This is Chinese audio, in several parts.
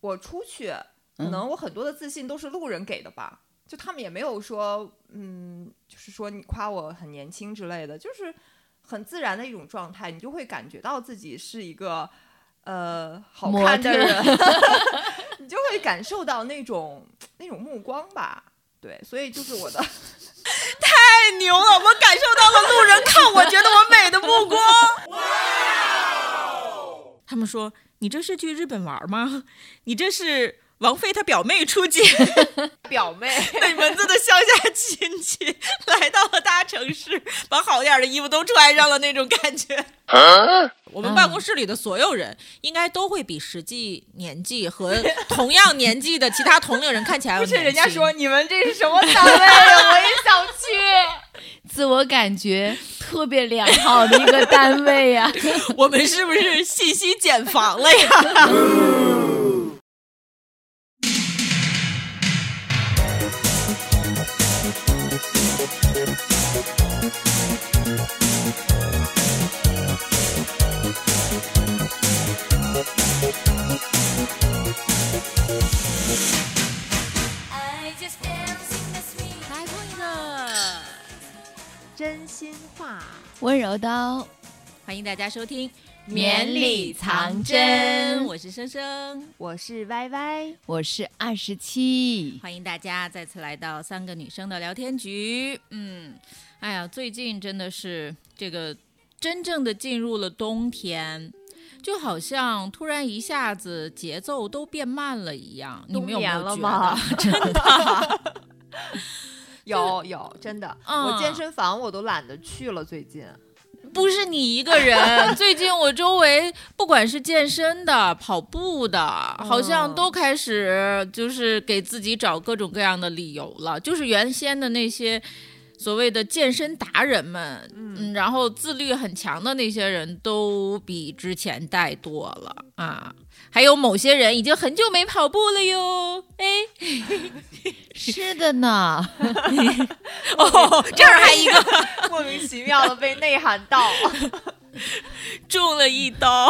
我出去，可能我很多的自信都是路人给的吧，就他们也没有说，嗯，就是说你夸我很年轻之类的，就是很自然的一种状态，你就会感觉到自己是一个呃好模看的特人， 你就会感受到那种那种目光吧。对，所以就是我的太牛了！我感受到了路人看我觉得我美的目光。他们说：“你这是去日本玩吗？你这是王菲她表妹出 街，表 妹， 那蚊子的乡下亲戚来到了大城市，把好点儿的衣服都穿上了那种感觉。”我们办公室里的所有人应该都会比实际年纪和同样年纪的其他同龄人看起来不要是人家年轻说你们这是什么单位呀？我也想去。自我感觉特别良好的一个单位啊呀、 我们是不是信息茧房了呀？来碰一个。 真心话，温柔刀，欢迎大家收听《绵里藏针我是生生。我是歪歪，我是二十七。欢迎大家再次来到三个女生的聊天局。嗯，哎呀，最近真的是这个真正的进入了冬天，就好像突然一下子节奏都变慢了一样。你冬们有没眠有了觉吗得？ 真的，有有，真的，嗯我健身房我都懒得去了，最近。不是你一个 人，最近我周围不管是健身的、跑步的，好像都开始就是给自己找各种各样的理由了。就是原先的那些所谓的健身达人们，嗯，然后自律很强的那些人都比之前怠惰了啊。还有某些人已经很久没跑步了哟，哎，是的呢， 哦，这儿还一 个莫名其妙的被内涵到，中了一刀，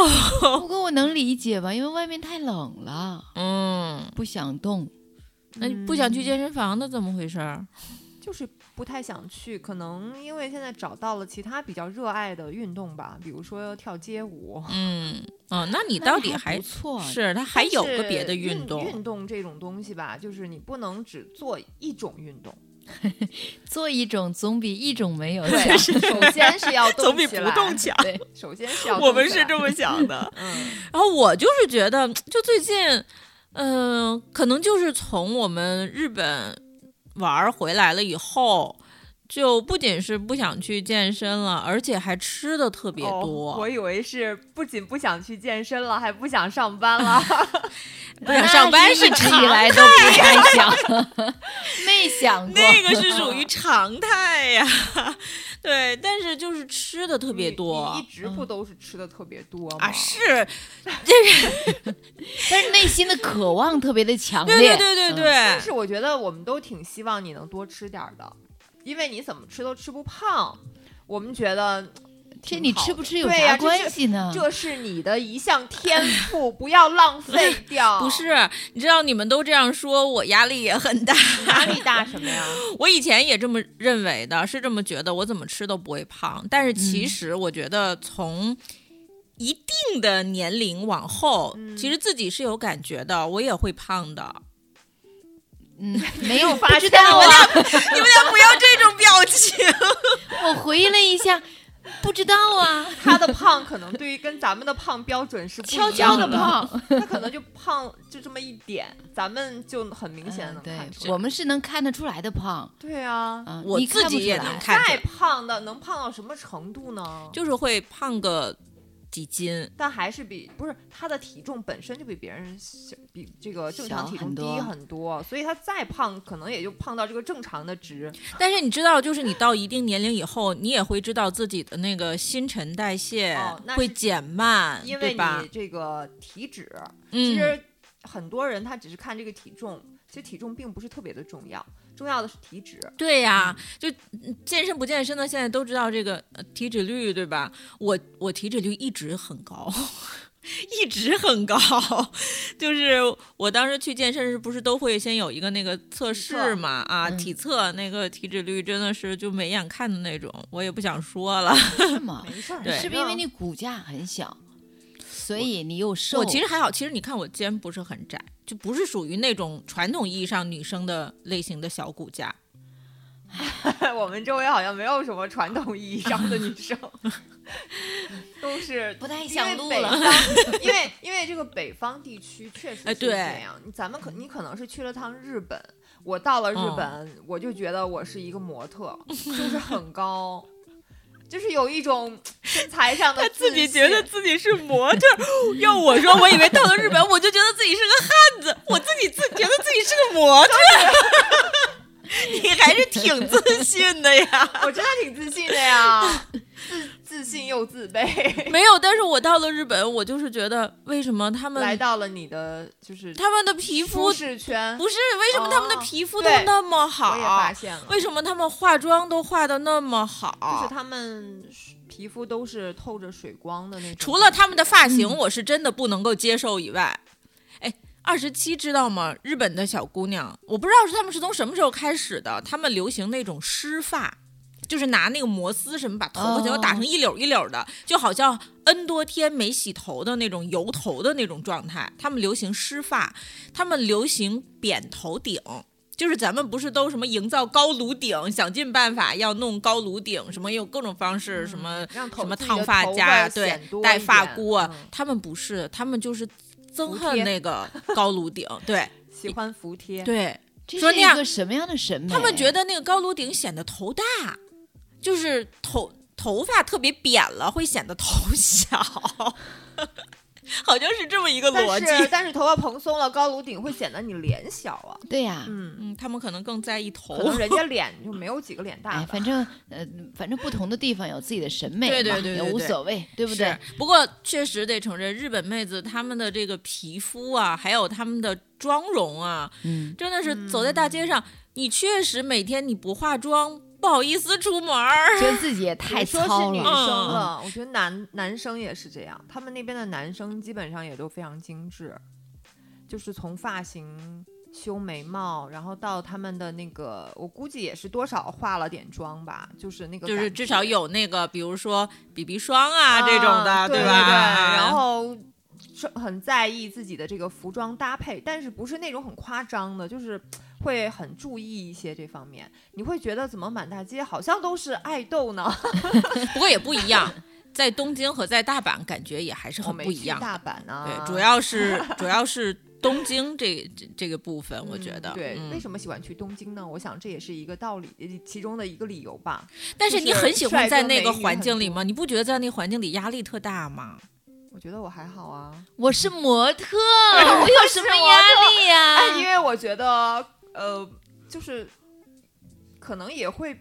不过我能理解吧，因为外面太冷了，嗯，不想动。那你不想去健身房的怎么回事儿？ 就是不太想去，可能因为现在找到了其他比较热爱的运动吧，比如说跳街舞，嗯，哦，那你那到你底还还不错？是他还但哎有个是别的运运动？运动这种东西吧，就是你不能只做一种运动，做一种总比一种没有对，强。首先是要动 啊 总比起不来动，强。对，首先是要 我动们起是来。这么想的嗯， 然后我就是觉得，就最近，嗯、可能就是从我们日本玩儿回来了以后。就不仅是不想去健身了，而且还吃的特别多。哦我以为是不仅不想去健身了，还不想上班了。不想哎上班 是一直常以来都不太想， 没想过。那个是属于常态呀、 对。但是就是吃的特别你多你一直不都是吃的特别多吗？啊，是但是内心的渴望特别的强对烈。对对对嗯对，但是我觉得我们都挺希望你能多吃点儿的，因为你怎么吃都吃不胖。我们觉得嗯这挺你好吃不的吃有对呀啥这关是系呢？这是你的一项天赋，不要浪费掉。不是，你知道你们都这样说，我压力也很大。 压力大什么呀？我以前也这么认为的，是这么觉得，我怎么吃都不会胖。但是嗯其实我觉得从一定的年龄往后，嗯其实自己是有感觉的，我也会胖的。 嗯， 没有发不知现道我啊。你们俩不要这种表 情。我回忆了一下，不知道啊， 他的胖可能对于跟咱们的胖标准是不一悄样悄的的，胖。他可能就胖就这么一点，咱们就很明显嗯能看出对，来。我们是能看得出来的胖对啊，啊，我你看自不己出也来能看再见，胖的能胖到什么程度呢？就是会胖个几斤。但还是比不是他的体重本身就比别人小，比这个正常小体重很低多很多，所以他再胖可能也就胖到这个正常的值。但是你知道，就是你到一定年龄以后，你也会知道自己的那个新陈代谢哦那是会减嗯慢，因为对吧你？这个体脂，其嗯，实很多人他只是看这个体重，其实体重并不是特别的重要，重要的是体脂。对呀、就嗯健身不健身的，现在都知道这个呃体脂率，对吧？我我体脂率一直很高， 一直很高。 就是我当时去健身时，不是都会先有一个那个测试嘛？啊，嗯体测那个体脂率真的是就没眼看的那种，我也不想说了。是吗？没事儿，嗯对是不是因为你骨架很小，所以你又瘦？我其实还好，其实你看我肩不是很窄，就不是属于那种传统意义上女生的类型的小骨架。 我们周围好像没有什么传统意义上的女 生，都是不太因为想录北了。 方因为因为这个北方地区确实哎是对这样，咱们可你可能是去了趟日本，我到了日哦本，我就觉得我是一个模特，就是很高。就是有一种身材上的自己信觉得自己是 模特儿，要我说，我以为到了日本，我就觉得自己是个汉子，我自己自觉得自己是个模特儿。你还是 挺自信的呀，我真的挺自信的呀，自自信又自卑。 没有。但是我到了日本，我就是觉得，为什么他们来到了你的就是他们的皮肤舒适圈，不是为什么他们的哦皮肤都对那么我也发好？现了，为什么他们化妆都化的那么好？就是他们是皮肤都是透着水光的那种。除了他们的发型，我是真的不能够接受以外，哎，二十七知道吗？日本的小姑娘，我不知道是他们是从什么时候开始的，他们流行那种湿发。就是拿那个摩丝什么把头发全部哦打成一绺一绺的就好像 N 多天没洗头的那种油头的那种状态。他们流行湿发，他们流行扁头顶，就是咱们不是都什么营造高颅顶，想尽办法要弄高颅顶，什么有各种方式，什么嗯让头什么自己烫的发头夹发呀，对显多，一戴发点箍啊，嗯他们不是，他们就是憎服恨帖那个高颅顶， 对喜欢服帖，对，这说是那一样个什么样的审美？他们觉得那个高颅顶显得头大，就是头头发特别扁了，会显得头小， 好像是这么一个逻但是辑。但是头发蓬松了，高颅顶会显得你脸小啊。对呀、嗯，嗯，他们可能更在意头可。能人家脸就没有几个脸大吧。嗯哎，反正呃，反正不同的地方有自己的审美嘛，对对对对也无对所谓，对不是对？？不过确实得承认，日本妹子她们的这个皮肤啊，还有她们的妆容啊，嗯，真的是走在大嗯街上，你确实每天你不化妆，不好意思出门儿。觉得自己也太别说是糙女了嗯生。了，嗯我觉得男男生也是这样，他们那边的男生基本上也都非常精致，就是从发型、修眉毛，然后到他们的那个，我估计也是多少化了点妆吧，就是那个就是感觉至少有那个，比如说 BB 霜啊这种的，对吧？啊对然后是很在意自己的这个服装搭配，但是不是那种很夸张的，就是会很注意一些这方面。你会觉得怎么满大街好像都是爱豆 哦呢？不过也不一样， 在东京和在大阪感觉也还是我很哦没不一去样大的。阪啊，对，主要是主要是东京这这这个部分，我嗯觉得对、嗯为什么喜欢去东京呢？我想这也是一个道理，其中的一个理由吧。但是就你是很喜帅欢在哥那美个女环很境里多吗？你不觉得在那环境里压力特大吗？我觉得我还好啊，我是模 特，我有什么压力呀、啊哎，因为我觉得，呃，就是可能也会，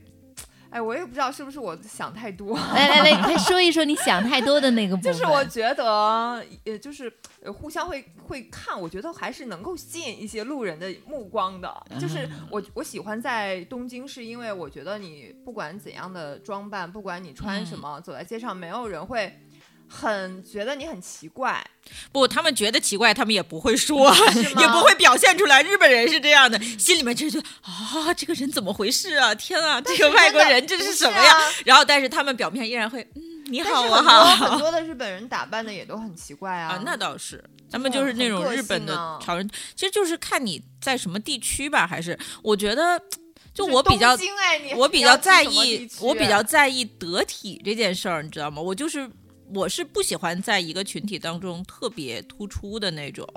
哎，我也不知道是不是我想太多。 来来来，快说一说你想太多的那个部就分。是我觉得，也就是呃互相会会看，我觉得还是能够吸引一些路人的目光的。嗯就是我我喜欢在东京，是因为我觉得你不管怎样的装扮，不管你穿嗯什么，走在街上，没有人会很觉得你很奇 怪，不，他们觉得奇怪，他们也不会说， 是吗 也不会表现出来。日本人是这样的，心里面就觉得啊，这个人怎么回事啊？天啊，这个外国人这不是是什么呀？啊然后，但是他们表面依然会，嗯，你但好，是我很多好很多的日本人打扮的也都很奇怪啊啊，，那倒是，他们就是很那种个日本性的啊潮人，其实就是看你在什么地区吧，还是我觉得，就就是我比较东京哎，你我你比要较去在什么地意，区啊我比较在意得体这件事儿，你知道吗？我就是我是不喜欢在一个群体当中特别突出的那种，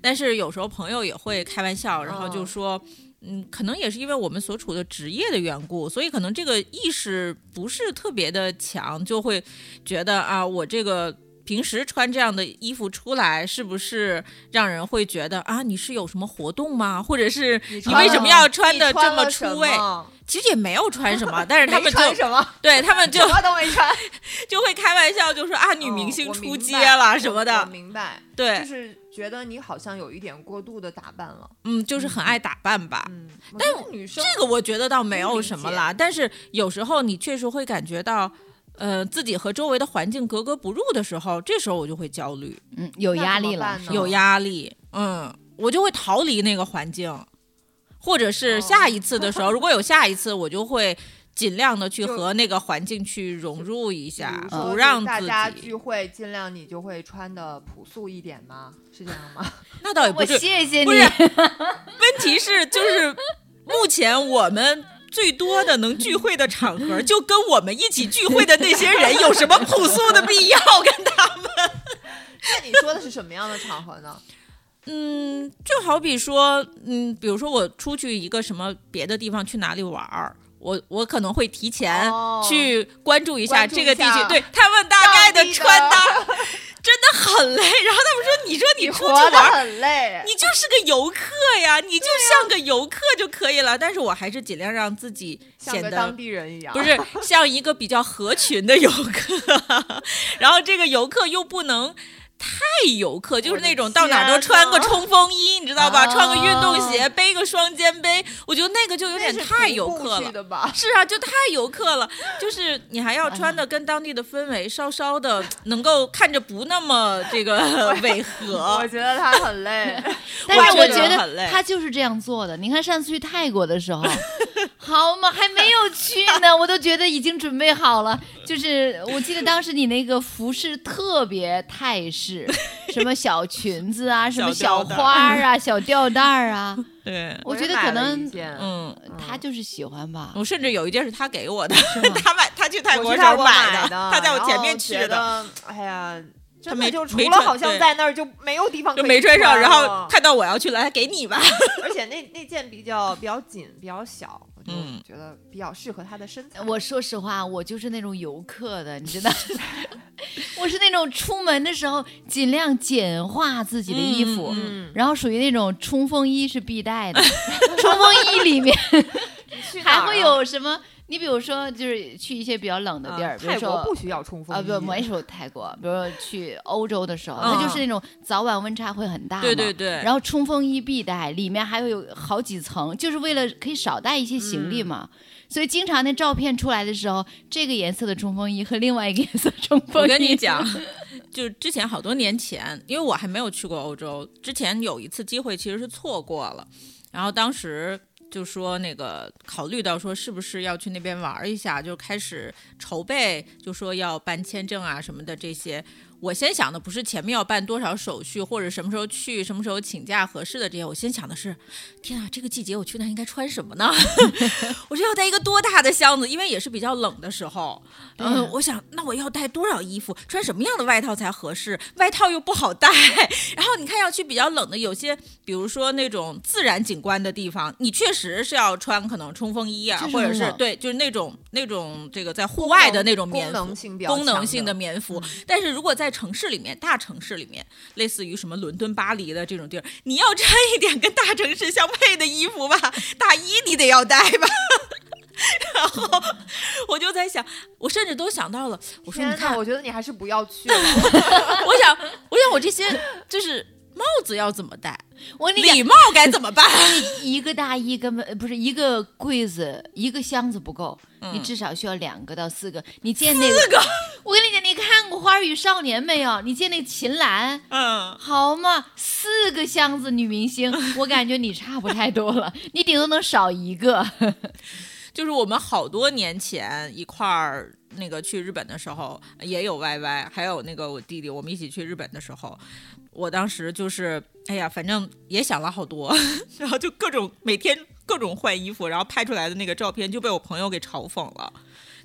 但是有时候朋友也会开玩笑，然后就嗯说。嗯，可能也是因为我们所处的职业的缘故，所以可能这个意识不是特别的强，就会觉得啊，我这个平时穿这样的衣服出来，是不是让人会觉得啊，你是有什么活动吗？或者是你你穿为什么了要穿的你这么了出什位？么其实也没有穿 什么，但是他没们就穿什么，对他 们就什么都没穿，就会开玩笑，就说啊，女哦明星我出明街白了什嗯么我我的。明白，就对，是觉得你好像有一点过度的打扮了。嗯，就是很爱打扮吧。嗯，但女生这个我觉得倒没有什么啦，但是有时候你确实会感觉到，呃自己和周围的环境格格不入的时候，这时候我就会焦虑，嗯，有那压怎么力了办，是呢吧有压力，嗯，我就会逃离那个环境，或者是下一次的时候，如果有下一次，我就会尽量的去就和那个环境去融入一比下如，说不就让大自家己聚。会，尽量你就会穿的朴素一点吗？是这样吗？ 那倒也不我是，谢谢不你是， 问题是就是目前我们。最多的能聚会的场合，就跟我们一起聚会的那些人有什么朴素的必要？跟他们，那你说的是什么样的场合呢？ 嗯，就好比说，嗯，比如说我出去一个什么别的地方去哪里玩儿，我我可能会提前哦去关注一下关注这个地一区下，对他们大概当的地的穿搭真的很累。然后他们说：“你 说你出去活玩得儿，很累，你就是个游客呀，你就像个游客就可以了。但是我还是尽量让自己像显个得当地啊人一样。不，是 像一个比较合群的游客，然后这个游客又不能。太游客，就是那种到哪儿都穿个天冲锋衣，你知道吧？啊穿个运动鞋，背个双肩背，我觉得那个就有点太游客了。的 吧？是啊，就太游客了，就是你还要哎穿的跟当地的氛围稍稍的能够看着不那么这个 违我和。觉得他很累，但是我我觉觉得很累得他就是这样做的。你看上次去泰国的时 候，好嘛，还没有去呢，我都觉得已经准备好了。就是我记得当时你那个服饰特别泰 式，什么小裙子啊，什么小小吊带儿花儿啊，小吊带儿 啊，对， 我觉也得买可了一能件嗯，他就是喜欢吧。我甚至有一件是他给我的，是吗 他买他去泰国嗯我去时泰候国的，买他在我前面去然的，后觉得哎呀，真没的就除没了穿好像对在那儿就没有地方就可以没穿上，然后了看到我要去了，还给你 吧。而且那那件比较比较紧，比较小，我就嗯觉得比较适合他的身材。我说实话，我就是那种游客的，你知道， 我是那种出门的时候尽量简化自己的衣服，嗯，然后属于那种冲锋衣是必带的， 冲锋衣 里面去哪儿啊还会有什么？你比如说，就是去一些比较冷的地儿，啊比如泰说国不需要冲锋啊，衣，不，没说泰国，比如说去欧洲的时候，嗯那就是那种早晚温差会很大嘛。对对对，然后冲锋衣必带，里面还会有好几层，就是为了可以少带一些行嗯李嘛。所以经常那照片出来的时候，这个颜色的冲锋衣和另外一个颜色的冲锋衣，我跟你 讲， 就之前好多年前，因为我还没有去过欧洲，之前有一次机会其实是错过了，然后当时。就说那个考虑到说是不是要去那边玩一下，就开始筹备，就说要办签证啊什么的这些。我先想的不是前面要办多少手续，或者什么时候去，什么时候请假合适的这些，我先想的是，天啊，这个季节我去那应该穿什么呢？ 我是要带一个多大的箱子？因为也是比较冷的时候，嗯、对啊我想那我要带多少衣服，穿什么样的外套才合适？外套又不好带。 然后你看要去比较冷的，有些比如说那种自然景观的地方，你确实是要穿可能冲锋衣啊，就是或者很是冷对，就是那种那种这个在户功 外的能那种棉功服。能性比较功能强性的的嗯棉服。但是如果在城市里面，大城市里面，类似于什么伦敦、巴黎的这种地儿，你要穿一点跟大城市相配的衣服吧， 大衣你得要带吧。 然后我就在想，我甚至都想到了，我说你天看呐，，我觉得你还是不要去了。我想，我想我这些就是帽子要怎 么戴，我跟你讲礼，帽该怎么办？ 一个大衣根本呃不是一个柜子，一个箱子不够，你至少需要两个到四个。你见那个，这嗯个，我跟你讲，你看过《花儿与少年》没有？你见那个秦岚，嗯，好嘛，四个箱子女 明星，我感觉你差不太多了，你顶多能少 一个。就是我们好多年前一块儿那个去日本的时候，也有 Y Y，还有那个我弟弟，我们一起去日本的时候，我当时就是哎呀，反正也想了好多，然后就各种每天各种换衣服，然后拍出来的那个照片就被我朋友给嘲讽了。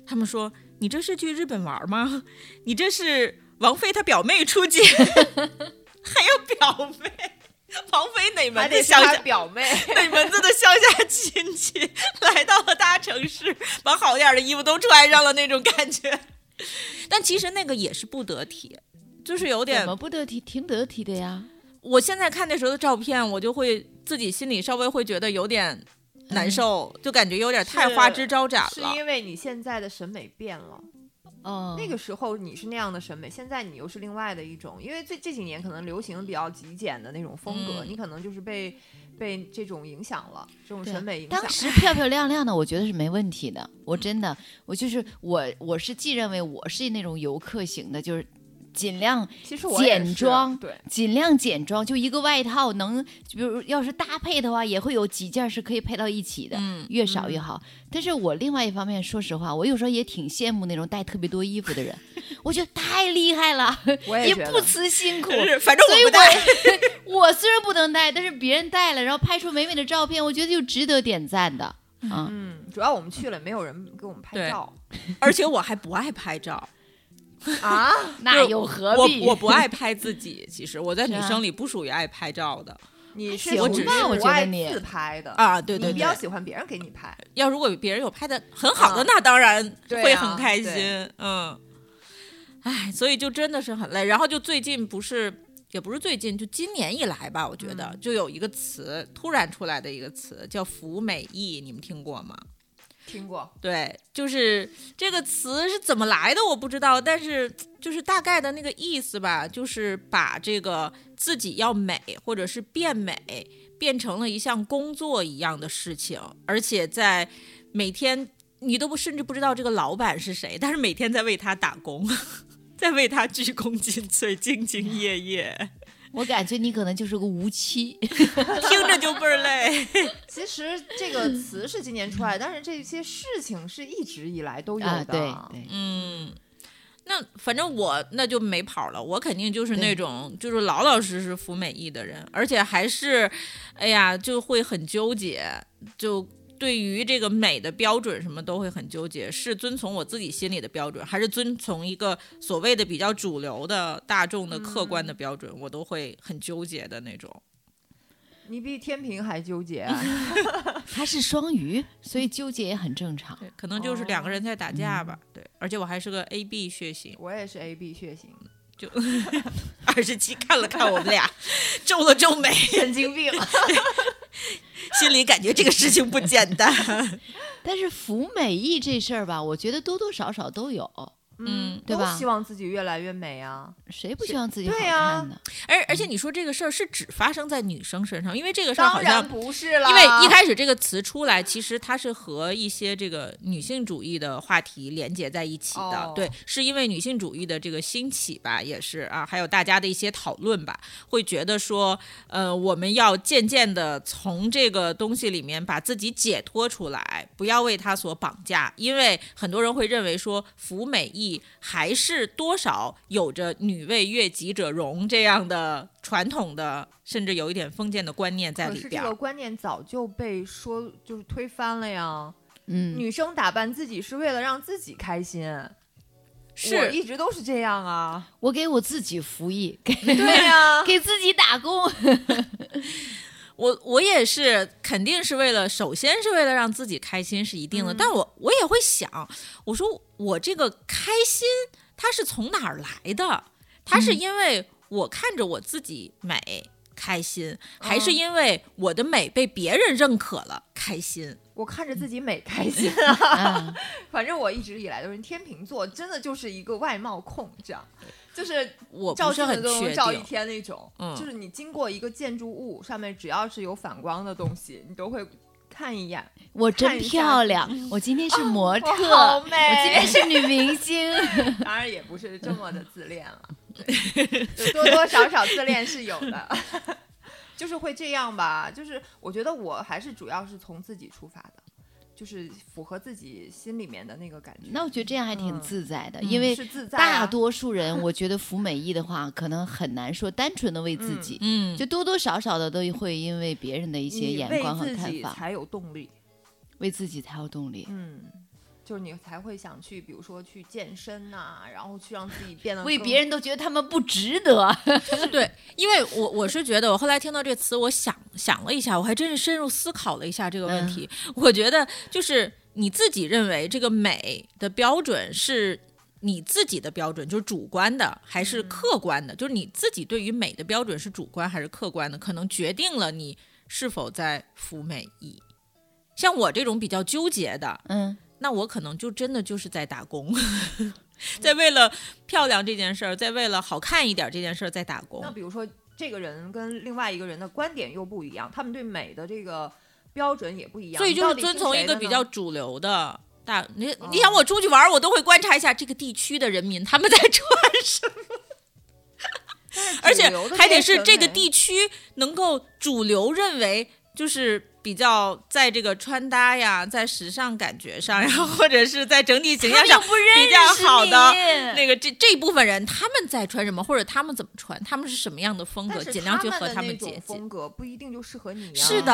他们说：“你这是去日本玩吗？你这是王菲她表妹出街， 还有表妹，王菲哪 还门得是子乡下他表 妹，北门子的乡下亲戚来到了大城市，把好点儿的衣服都穿上了那种感觉。 但其实那个也是不得体，就是有怎点么。不得体？挺得体的呀，我现在看那时候的照片，我就会自己心里稍微会觉得有点嗯难受，就感觉有点太花枝招展是了。因为你现在的审美变了，嗯，那个时候你是那样的审美，现在你又是另外的一种，因为这这几年可能流行比较极简的那种风格，嗯你可能就是被被这种影响了，这种对审美影响当。时漂漂亮亮的，我觉得是没问题的。我真的，我就是我，我是既认为我是那种游客型的，就是尽量其实我也简是装对，尽量简装，就一个外套能，比如要是搭配的话，也会有几件是可以配到一起的，嗯越少越好。但是我另外一方面，说实话，我有时候也挺羡慕那种带特别多衣服的人，我觉得太厉害了，我也也觉得不辞辛苦。是反正所以我我不带。我虽然不能带，但是别人带了，然后拍出美美的照片，我觉得就值得点赞的。啊， 嗯，主要我们去了，没有人给我们拍对照而且我还不爱拍照，啊。那又何我必？我不爱拍自己。其实我在是女啊生里不属于爱拍照的你是行我吧只是我觉不得爱你自拍的，啊。对对你比对，较喜欢别人给你 拍。要如果别人有拍的很好的，啊那当然对会啊很开心。对嗯，哎，所以就真的是很累。然后就最近不是，也不是最近，就今年以来吧，我觉得、嗯就有一个词突然出来的一个词叫“服美役”，你们听过吗？听过，对，就是这个词是怎么来的，我不知道，但是就是大概的那个意思吧，就是把这个自己要美或者是变美变成了一项工作一样的事情，而且在每天你都不甚至不知道这个老板是谁，但是每天在为他打工， 在为他鞠躬尽瘁、兢兢业业，我感觉你可能就是个无期。听着就倍儿累。其实这个词是今年出来，但是这些事情是一直以来都有啊，的。对对，嗯，那反正我那就没跑了，我肯定就是那对种就是老老实实服美役的人，而且还是，哎呀，就会很纠结，就对于这个美的标准什么都会很纠结，是遵从我自己心里的标准，还是遵从一个所谓的比较主流的大众的客观的标准，我都会很纠结的那种。你比天平还纠结啊、 他是双鱼，所以纠结也很正常。嗯对，可能就是两个人在打架吧。对，而且我还是个 A B 血型，我也是 A B 血型，二十七看了看我们俩， 皱了皱眉。神经 病。心里感觉这个事情不简单。但是服美役这事儿吧，我觉得多多少少都有，嗯对吧都希望自己越来越美啊。谁不希望自己好对啊呀看呢？ 而而且你说这个事儿是只发生在女生身上，因为这个事儿当好像然。不是啦，因为一开始这个词出来，其实它是和一些这个女性主义的话题连接在一起的，哦对，是因为女性主义的这个兴起吧，也是啊，还有大家的一些讨论吧，会觉得说，呃，我们要渐渐的从这个东西里面把自己解脱出来，不要为它所绑架，因为很多人会认为说，服美役还是多少有着“女为悦己者容”这样的传统的，甚至有一点封建的观念在可里是边这儿。个观念早就被说就是推翻了呀。嗯，女生打扮自己是为了让自己开心，我是一直都是这样啊。我给我自己服役，给 对 呀、给自己打工。我我也是，肯定是为了，首先是为了让自己开心是一定的，嗯但我我也会想，我说我这个开心它是从哪儿来的？它嗯是因为我看着我自己美开心，还哦是因为我的美被别人认可了开心？ 我看着自己美开 心啊。啊，反正我一直以来都是天秤座，真的就是一个外貌控，这样就是我照不镜子是很都确能照一定。天那种。嗯就是你经过一个建筑物上面，只要是有反光的东西，你都会看一眼。我真看一下漂亮，我今天是模 特，我好美我今天是女 明星。当然也不是这么的自恋 了，对就多多少少自恋是有的，就是会这样吧。就是我觉得我还是主要是从自己出发的，就是符合自己心里面的那个感觉。那我觉得这样还挺嗯自在的，嗯因为是自在、啊，大多数人，我觉得服美役的话，可能很难说单纯的为自己，嗯，就多多少少的都会因为别人的一些你眼为光和自看己法，才有动力。为自己才有动力。嗯，就是你才会想去，比如说去健身呐、然后去让自己变得为更别人都觉得他们不值得， 对，因为我我是觉得，我后来听到这个词，我想想了一下，我还真是深入思考了一下这个问题。我觉得就是你自己认为这个美的标准是你自己的标准，就是主观的还是客观的？就是你自己对于美的标准是主观还是客观的，可能决定了你是否在服美役。像我这种比较纠结的，嗯，那我可能就真的就是在打工， 在为了漂亮这件事儿，在为了好看一点这件事儿在打工那。比如说，这个人跟另外一个人的观点又不一样，他们对美的这个标准也不一样，所以就到是底遵听从一谁个的比呢较主流的大，你哦你想我出去玩儿，我都会观察一下这个地区的人民他们在穿什么，而且还得是这个，地区能够主流认为就是。比较在这个穿搭呀，在时尚感觉上呀，或者是在整体形象上又不认识比较好的你那个这这部分人，他们在穿什么，或者他们怎么穿，他们是什么样的风但格，是尽量去和他他们的那接种近。风格不一定就适合你、啊。是的，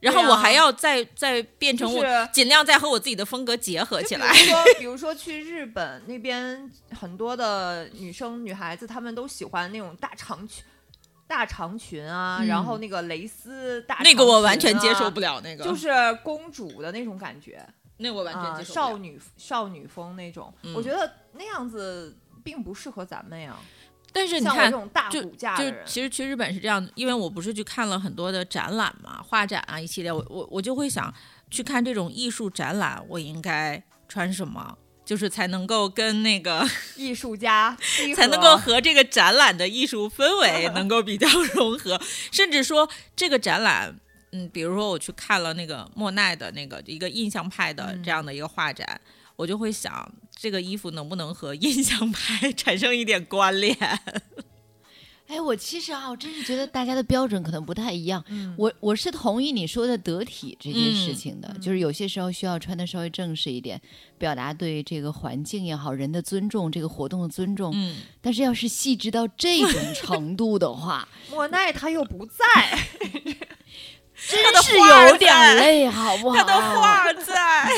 然后对啊我还要再再变成就我，是尽量再和我自己的风格结合就起比 来。如说，比如说去日本那边，很多的女生、女孩子，她们都喜欢那种大长裙、大长裙啊，然后那个蕾丝大、嗯那个我完全接受不了，了，那个啊就是公主的那种感觉，那我完啊、全接受少不了。女少女风那种、嗯我觉得那样子并不适合咱们呀。但是你像我这看，种大就骨架就的是人，其实去日本是这样，因为我不是去看了很多的展览嘛，画展啊一系列，我我我就会想去看这种艺术展览，我应该穿什么，就是才能够跟那个。艺术家契才合能够和这个展览的艺术氛围能够比较融合，甚至说这个展览，嗯，比如说我去看了那个莫奈的那个一个印象派的这样的一个画展，我就会想这个衣服能不能和 印象派产生一点关联？哎，我其实啊，我真是觉得大家的标准可能不太一样。嗯我我是同意你说的得体这件事嗯情的，就是有些时候需要穿的稍微正式一点，表达对这个环境也好、人的尊重、这个活动的尊重。 嗯，但是要是细致到这种程度的 话，莫奈他又不在，他的是画有点在累，好不好？他的画在，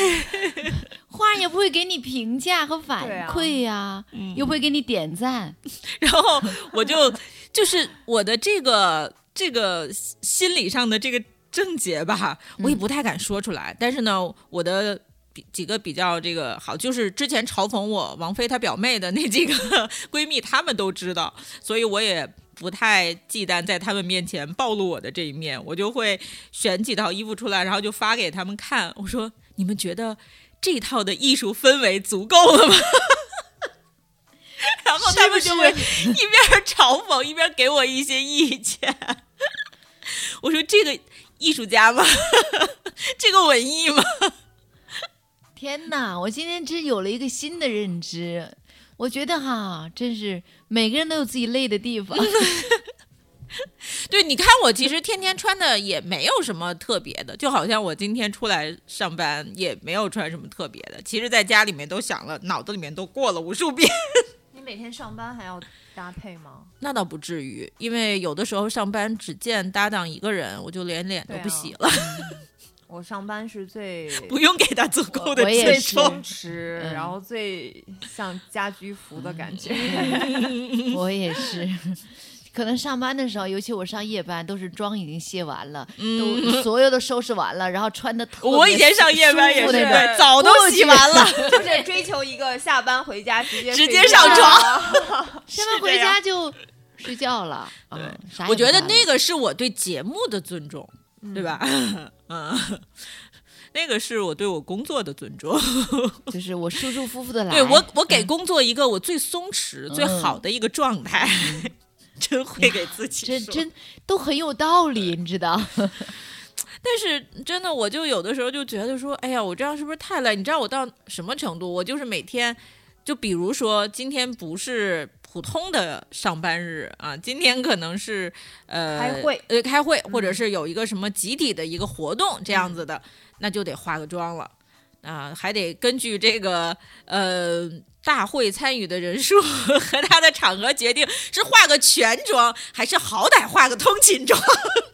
画也不会给你评价和反对啊馈呀、嗯又不会给你点赞。然后我就就是我的这个这个心理上的这个症结吧，我也不太敢说出来。但是呢，我的比几个比较这个好，就是之前嘲讽我王菲她表妹的那几个 闺蜜，她们都知道，所以我也。不太忌惮在她们面前暴露我的这一面，我就会选几套衣服出来，然后就发给她们看。我说：“你们觉得这套的艺术氛围足够了吗？” 然后她们就会 一边嘲讽一边给我一些意见。 我说这个艺术家吗？ 这个文艺吗？天哪，我今天真有了一个新的认知。我觉得哈，真是每个人都有自己累的地方。对，你看我其实天天穿的也没有什么特别的，就好像我今天出来上班也没有穿什么特别的。其实，在家里面都想了，脑子里面都过了无数遍。 你每天上班还要搭配吗？那倒不至于，因为有的时候上班只见搭档一个人，我就连脸都对啊不洗了，我上班是最不用给他足够的我也尊最是重。松弛，嗯然后最像家居服的感觉。嗯 嗯我也是，可能上班的时候，尤其我上夜班，都是妆已经卸完了，都所有都收拾完了，然后穿的特别嗯我以前上夜班也舒服是，那种对，澡都洗完了。就是 追求一个下班回家直接直接睡觉上啊，种 下班回家就睡觉了。 啊啥也我不觉得干那了个是我对节目的尊重，对吧？ 嗯， 那个是我对我工作的尊重。就是我舒舒服服的来。对我，我给工作一个我最松弛、最好的一个状态， 真会给自己这说哎真都很有道理，你知道？ 但是真的，我就有的时候就觉得说，哎呀，我这样是不是太累？你知道我到什么程度？我就是每天，就比如说今天不是普通的上班日啊，今天可能是呃开会呃开会，或者是有一个什么集体的一个活动这样子的，那就得化个妆了啊、还得根据这个呃。大会参与的人数 和他的场合决定是化个全妆，还是好歹化个通勤妆。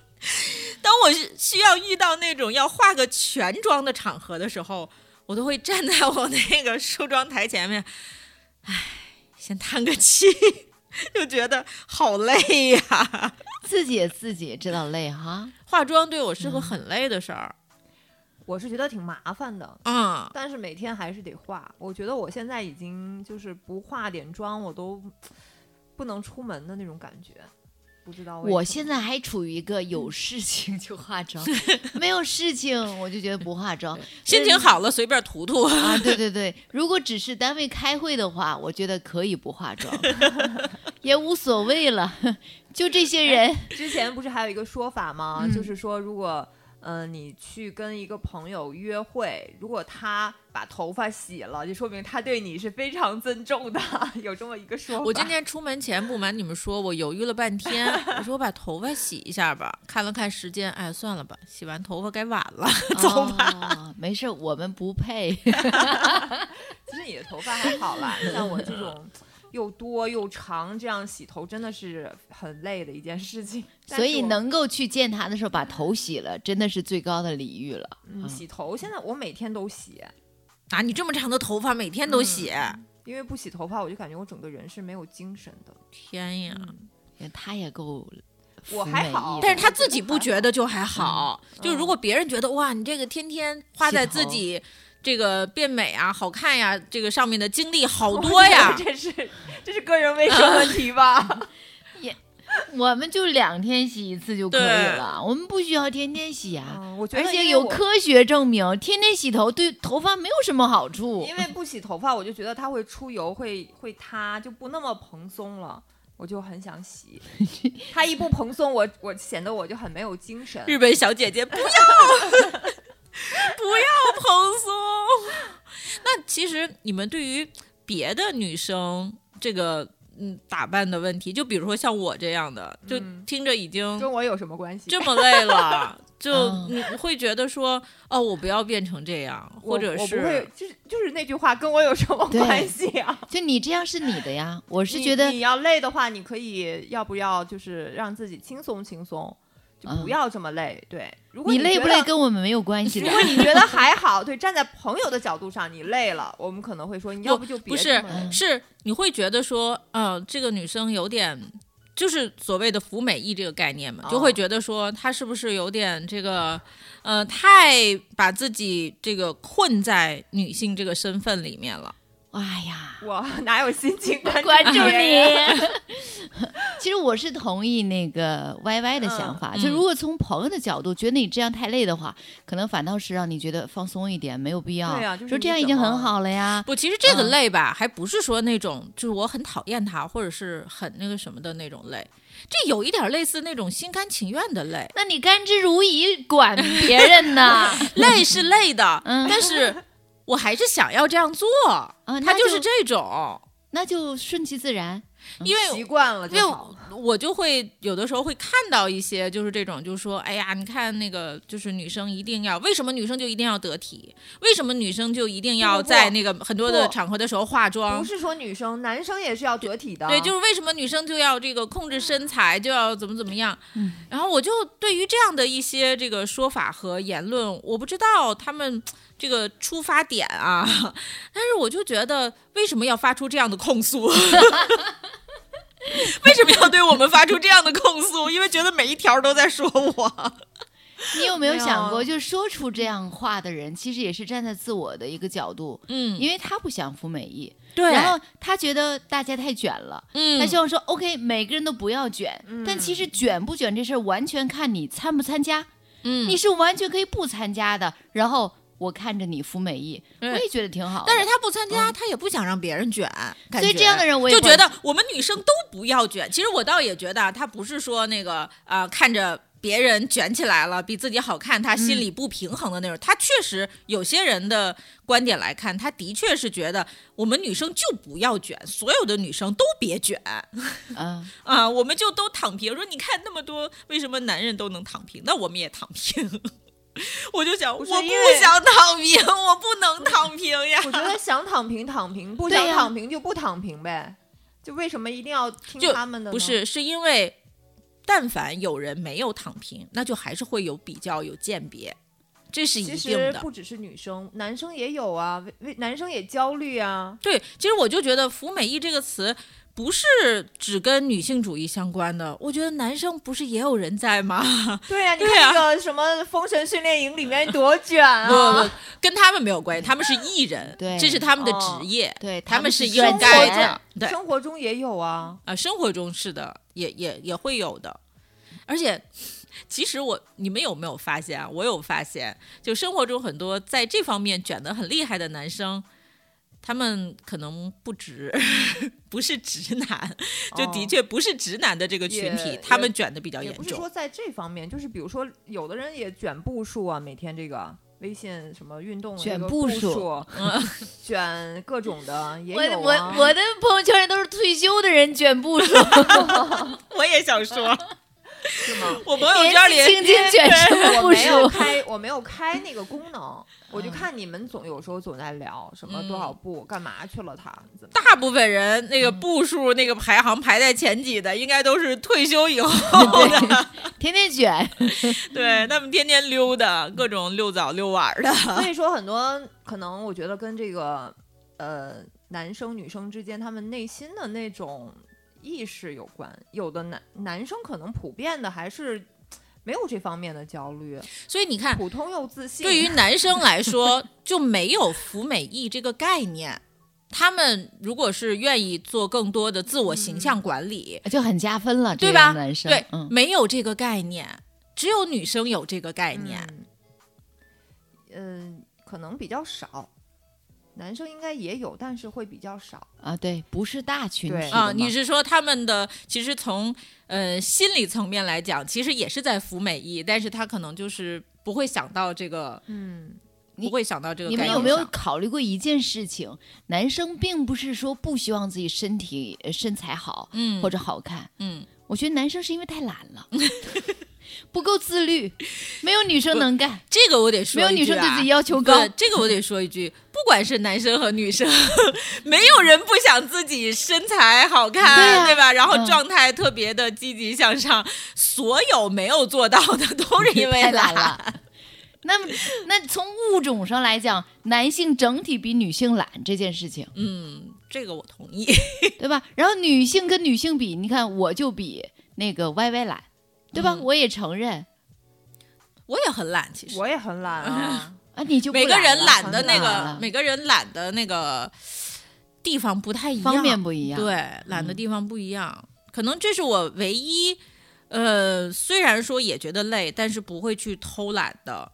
当我是需要遇到那种要化个全妆的场合的时候，我都会站在我那个梳妆台前面，唉，先叹个气， 就觉得好累呀、自己也自己知道累哈。化妆对我是个很累的事儿， 我是觉得挺麻烦的。嗯，但是每天还是得化，我觉得我现在已经就是不化点妆我都不能出门的那种感觉。不知道为我什么现在还处于一个有事情就化 妆，没有事情我就觉得不化妆。心情好了随便涂涂。 啊，对对对，如果只是单位开会的话，我觉得可以不 化妆，也无所谓了。 就这些人，之前不是还有一个说法吗？就是说，如果嗯、呃你去跟一个朋友约会，如果他把头发洗了，就说明他对你是非常尊重的， 有这么一个说法。我今天出门前，不瞒你们说，我犹豫了半 天，我说我把头发洗一下吧。看了看时间，哎，算了吧，洗完头发该晚 了。走哦吧，啊没事，我们不配。其实你的头发还好啦，像我这种。又多又长，这样洗头真的是很累的一件事情。但所以是我能够去见他的时候把头洗了，真的是最高的礼遇了。嗯洗头，现在我每天都洗，啊，你这么长的头发，每天都洗，因为不洗头发，我就感觉我整个人是没有精神的。天呀！他也够服我还好，美意的但是他自己不觉得就还好，就如果别人觉得哇，你这个天天花在自己这个变美啊、好看呀、这个上面的精力好多呀 这是这是个人卫生问题吧？我们就两天洗一次就可以对了，我们不需要天天洗啊。嗯，我觉得而且因为有我科学证明，天天洗头对头发没有什么好处因。为不洗头发，我就觉得它会出油，会会塌，就不那么蓬松了。我就很想 洗，它一不蓬松，我我显得我就很没有精神。日本小姐姐不要 不要蓬松。那其实你们对于别的女生这个嗯打扮的问题，就比如说像我这样的，就嗯听着已经跟我有什么关系？这么 累了，就嗯你会觉得说哦，我不要变成这样，我或者我不是会，就是就是那句话，跟我有什么对关系啊？就你这样是你的呀，我 是你觉得你要累的话，你可以要不要就是让自己轻松轻松，就不嗯要这么累。对，如果你你累觉不累得跟我们没有关系的如。果你觉得还好，对，站在朋友的角度上，你累了，我们可能会说，你要不不就不别是这么嗯累是你会觉得说，呃，这个女生有点。就是所谓的“服美役”这个概念嘛，就会哦觉得说她是不是有点这个，呃，太把自己这个困在女性这个身份里面了。哎呀，我哪有心情关 关注别人你。 其实我是同意那个 Y Y 的想法，嗯就如果从朋友的角度，觉得你这样太累的话，可能反倒是让你觉得放松一点，没有必要。对呀就是说这你样已怎经么很好了呀。不，其实这个嗯累吧，还不是说那种就是我很讨厌她或者是很那个什么的那种累，这有一点类似那种心甘情愿的 累。那你甘之如饴管别人 呢？累是累的，嗯但是我还是想要这样做。啊，他 那就是，这种，那就顺其自然。因为习惯了因为就好我。我就会有的时候会看到一些就是这种，就是说，哎呀，你看那个，就是女生一定要为什么女生就一定要得体，为什么女生就一定要不不在那个很多的不场合的时候化妆不，是说女生，男生也是要得体的。啊对，就是为什么女生就要这个控制身材，就要怎么怎么样。嗯然后我就对于这样的一些这个说法和言论，我不知道他们这个出发点啊，但是我就觉得为什么要发出这样的控诉？ 为什么要对我们发出这样的控诉？因为觉得每一条都在说我。你有没有没有想过，就说出这样话的人，其实也是站在自我的一个角度，嗯，因为他不想服美役，对然后他觉得大家太卷了，嗯，他希望说 OK，每个人都不要卷，但其实卷不卷这事儿完全看你参不参加，嗯你是完全可以不参加的，然后。我看着你服美役，我对也觉得挺好的。但是他不参加，他也不想让别人卷，所感以觉这样的人我也就不觉得我们女生都不要卷。其实我倒也觉得啊，他不是说那个啊、呃看着别人卷起来了比自己好看，他嗯心里不平衡的那种。他确实有些人的观点来看，他的确是觉得我们女生就不要卷，所有的女生都别卷嗯，啊，我们就都躺平。说你看那么多，为什么男人都能躺平，那我们也躺平。 我就想，我是不因为想躺平，我不能躺平呀。我觉得想躺平躺平，不对想呀躺平就不躺平呗。就为什么一定要听就他们的呢？不是，是因为但凡有人没有躺平，那就还是会有比较有鉴别，这是一其定实的。不只是女生，男生也有啊，为为男生也焦虑 啊。对，其实我就觉得“服美役”这个词不是只跟女性主义相关的，我觉得男生不是也有人在吗？ 对呀、你对啊看那个什么《封神训练营》里面多卷不不啊！不，跟他们没有关系，他们是艺人，对这是他们的哦职业，对，他们是应赚该该钱的，对。生活中也有啊，呃啊，生活中是的，也也也会有的。而且，其实我你们有没有发现啊？我有发现，就生活中很多在这方面卷得很厉害的男生，他们可能不直， 不是直男，就哦的确不是直男的这个群体，也他也们卷得比较也严不是重说。在这方面，就是比如说，有的人也卷步数啊，每天这个微信什么运动的卷这个步步数数，嗯卷各种 的也我有、哎我啊、我的朋友圈里都是退休的人卷 步数，我也想说， 是吗？哎我朋友圈里年纪轻轻卷什么 我 步没有数？开，我没有开那个功能，我就看你们总有时候总在聊什么多少步，干嘛去了他？怎么大部分人那个嗯步数、那个排行排在前几的，应该都是退休以后对，天天卷。 对他们天天溜达，各种溜早溜晚 的。所以 说，很多可能我觉得跟这个呃男生女生之间他们内心的那种意识有关。有的男男生可能普遍的还是没有这方面的焦 虑，所以你看，普通又自信。 对于男生来说就没有服美役这个概念。他们如果是愿意做更多的自我形象管理，就很加分了，对这样吧？的男生，对，嗯，没有这个概念，只有女生有这个概念。嗯、呃可能比较少，男生应该也有，但是会比较少。啊，对，不嗯是大群体对的啊，嘛你是说他们的其实从呃心理层面来讲，其实也是在服美役，但是他可能就是不会想到这个，嗯，你不会想到这个你概们念上。有没有考虑过一件事情？男生并不是说不希望自己身体呃身材好嗯或者好看，嗯，我觉得男生是因为太懒 了，不够自律，没有女生能干，这个我得说没一句啊、有女生对自己要求高对，这个我得说一句，不管是男生和女生， 没有人不想自己身材好看，对呀吧？然后嗯状态特别的积极向上，所有没有做到的都是因为太懒。了。那么，那从物种上来讲，男性整体比女性懒这件事情，嗯，这个我同 意。对吧？然后女性跟女性比，你看我就比那个 Y Y 懒，对嗯吧？我也承认我也很懒，其实嗯我也很懒 啊。啊，你就不每个人懒懒的很那懒个了，每个人懒的那个地方不太一样，啊方面不一样，对，懒的地方不一样，可能这是我唯一。呃，虽然说也觉得累，但是不会去偷懒的，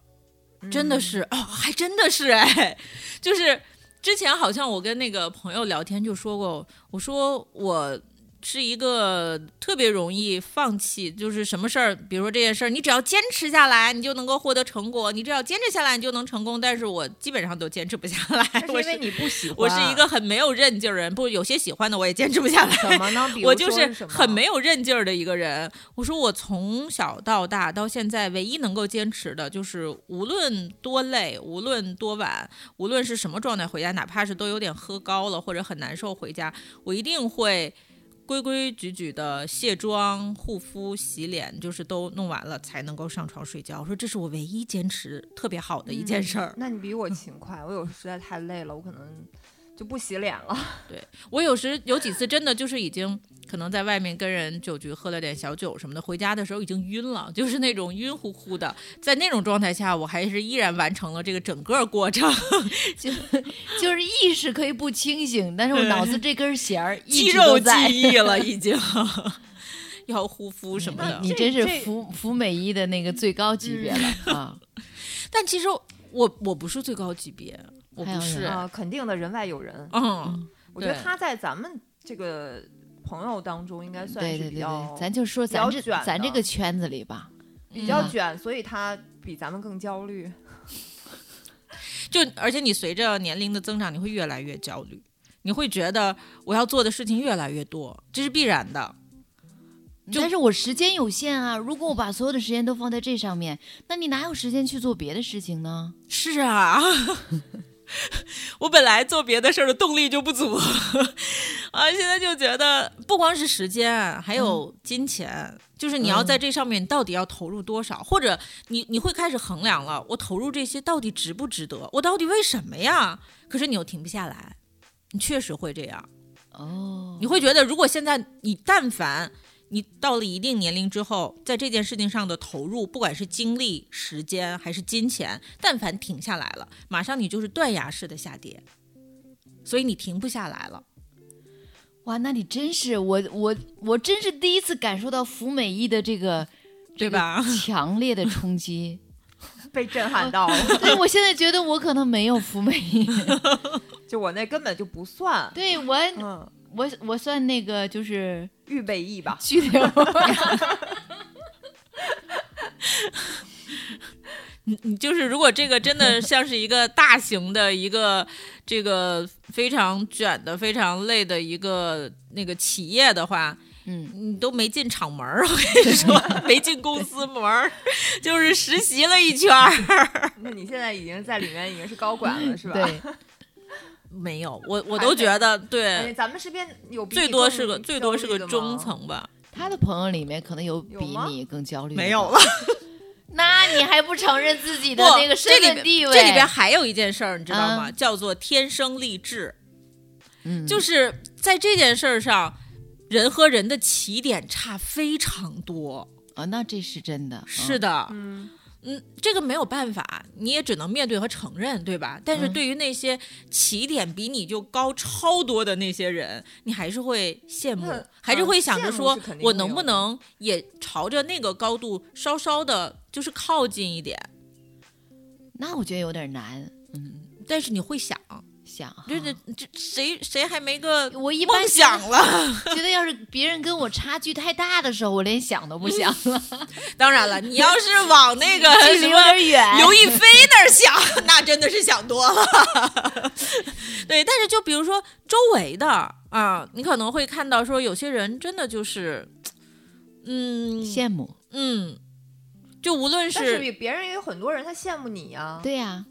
嗯真的是、哦，还真的是哎，就是之前好像我跟那个朋友聊天就说过，我说我是一个特别容易放弃，就是什么事儿，比如说这件事儿，你只要坚持下来，你就能够获得成果，你只要坚持下来，你就能成功。但是我基本上都坚持不下来，那我是因为你不喜欢。我是一个很没有韧劲儿的人，不，有些喜欢的我也坚持不下来。什么呢？比如我就说是什么很没有韧劲儿的一个人。我说我从小到大到现在，唯一能够坚持的就是，无论多累，无论多晚，无论是什么状态回家，哪怕是都有点喝高了或者很难受回家，我一定会。规规矩矩的卸妆、护肤、洗脸，就是都弄完了才能够上床睡觉。我说这是我唯一坚持特别好的一件事儿。嗯那你比我勤快，我有时候实在太累了，我可能就不洗脸了。我有时有几次真的就是已经可能在外面跟人酒局喝了点小酒什么的，回家的时候已经晕了，就是那种晕乎乎的。在那种状态下，我还是依然完成了这个整个过程，就就是意识可以不清醒，但是我脑子这根弦儿 一肌直都肉 记在。忆了已经。要护肤什么那的，你这真是这服服美役的那个最高级别了、啊！但其实我我不是最高级别，我还有不是对人，啊、肯定的人外有人。嗯，我觉得对他在咱们这个朋友当中应该算对是对比对较对，咱就说比较咱这卷的咱这个圈子里吧，比较嗯卷，所以他比咱们更焦虑。 就而且你随着年龄的增长，你会越来越焦虑，你会觉得我要做的事情越来越多，这是必然的。就但是我时间有限啊。如果我把所有的时间都放在这上面，那你哪有时间去做别的事情呢？是啊， 我本来做别的事儿的动力就不足 啊，现在就觉得不光是时间，还有金钱，就是你要在这上面你到底要投入多少，或者你你会开始衡量了，我投入这些到底值不值得？我到底为什么呀？可是你又停不下来，你确实会这样，哦，你会觉得如果现在你但凡。你到了一定年龄之后，在这件事情上的投入，不管是精力、时间还是金钱，但凡停下来了，马上你就是断崖式的下跌，所以你停不下来了。哇，那你真是我我我真是第一次感受到服美役的这个对吧？ 强烈的冲击。被震撼哦到了，对，我现在觉得我可能没有服美役，就我那根本就不算， 对我嗯，我我算那个就是预备役 吧。拘留。你就是如果这个真的像是一个大型的一个这个非常卷的、非常累的一个那个企业的话，嗯，你都没进厂门儿，我跟你说，没进公司门儿， 就是实习了一圈儿。那你现在已经在里面已经是高管嗯了，是吧？对，没有，我我还都没觉得哎对，咱们身边有比你最多更是个最多是个焦虑的吗中，层吧，他的朋友里面可能有有比吗你更焦虑。没有，了。那你还不承认自己的不那个身这里份边地位？这里边还有一件事儿，你知道吗？啊叫做天生丽质，嗯，就是在这件事儿上，人和人的起点差非常多。啊，那这是真的。是的，的，嗯，嗯，这个没有办法，你也只能面对和承认，对吧？但是嗯对于那些起点比你就高超多的那些人，你还是会羡慕那，还是嗯会想着羡慕说是肯，定我会能有不的能也朝着那个高度稍稍的，就是靠近一点？那我觉得有点难。嗯，但是你会想，想就哈是这谁谁还没个我一般梦想了？觉得要是别人跟我差距太大的时候，我连想都不想了，当然了，你要是往那个距离什有么点远。刘亦菲那儿想，那真的是想多了。对，但是就比如说周围的啊，你可能会看到说有些人真的就是，嗯羡慕，嗯，就无论但是是别人也有很多人他羡慕你呀、对呀、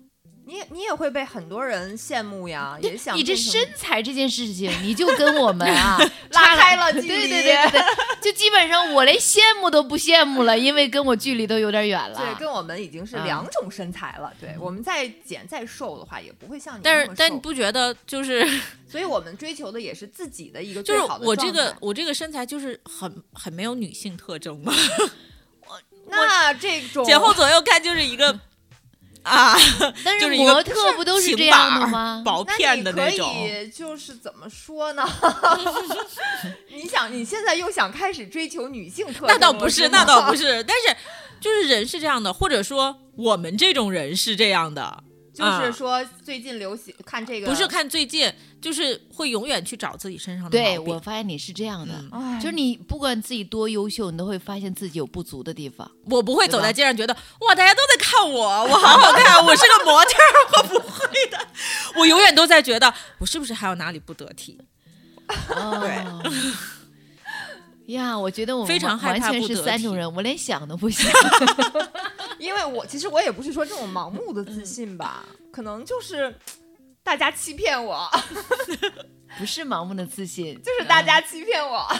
你也你也会被很多人羡慕呀，也想你这变成身材这件事情，你就跟我们啊拉差开了距对离，对对对对，就基本上我连羡慕都不羡慕了，因为跟我距离都有点远了。啊对，跟我们已经嗯是两种身材了。对，我们再减再瘦的话，也不会像你那但么是瘦。但你不觉得就是所以我们追求的也是自己的一个 就最是好的我状这个态我这个身材就是很很没有女性特征嘛，那这种前后左右看就是一个啊但就是是一个模特不都是平这板样的儿吗？ 薄片的那你种可。 以 就是怎么说呢？ 你想你现在又想开始追求女性特征了？那倒不是吗是，那倒不。是，但是就是人是这样的，或者说我们这种人是这样的，啊就是说最近流行看这个，嗯不是看最近，就是会永远去找自己身上的对毛病我发现你是这样的，嗯哎，就是你不管自己多优秀，你都会发现自己有不足的地 方。我不会对走吧在街上觉得哇，大家都在看我，我好好看，我是个模特儿，我不会的， 我永远都在觉得我是不是还有哪里不得体？哦，呀，我觉得我非常完害完怕全不是得三体种人，我连想都不 想。因为我其实我也不是说这种盲目的嗯自信吧，可能就是大家欺骗我， 不是盲目的自 信，就是嗯大家欺骗我。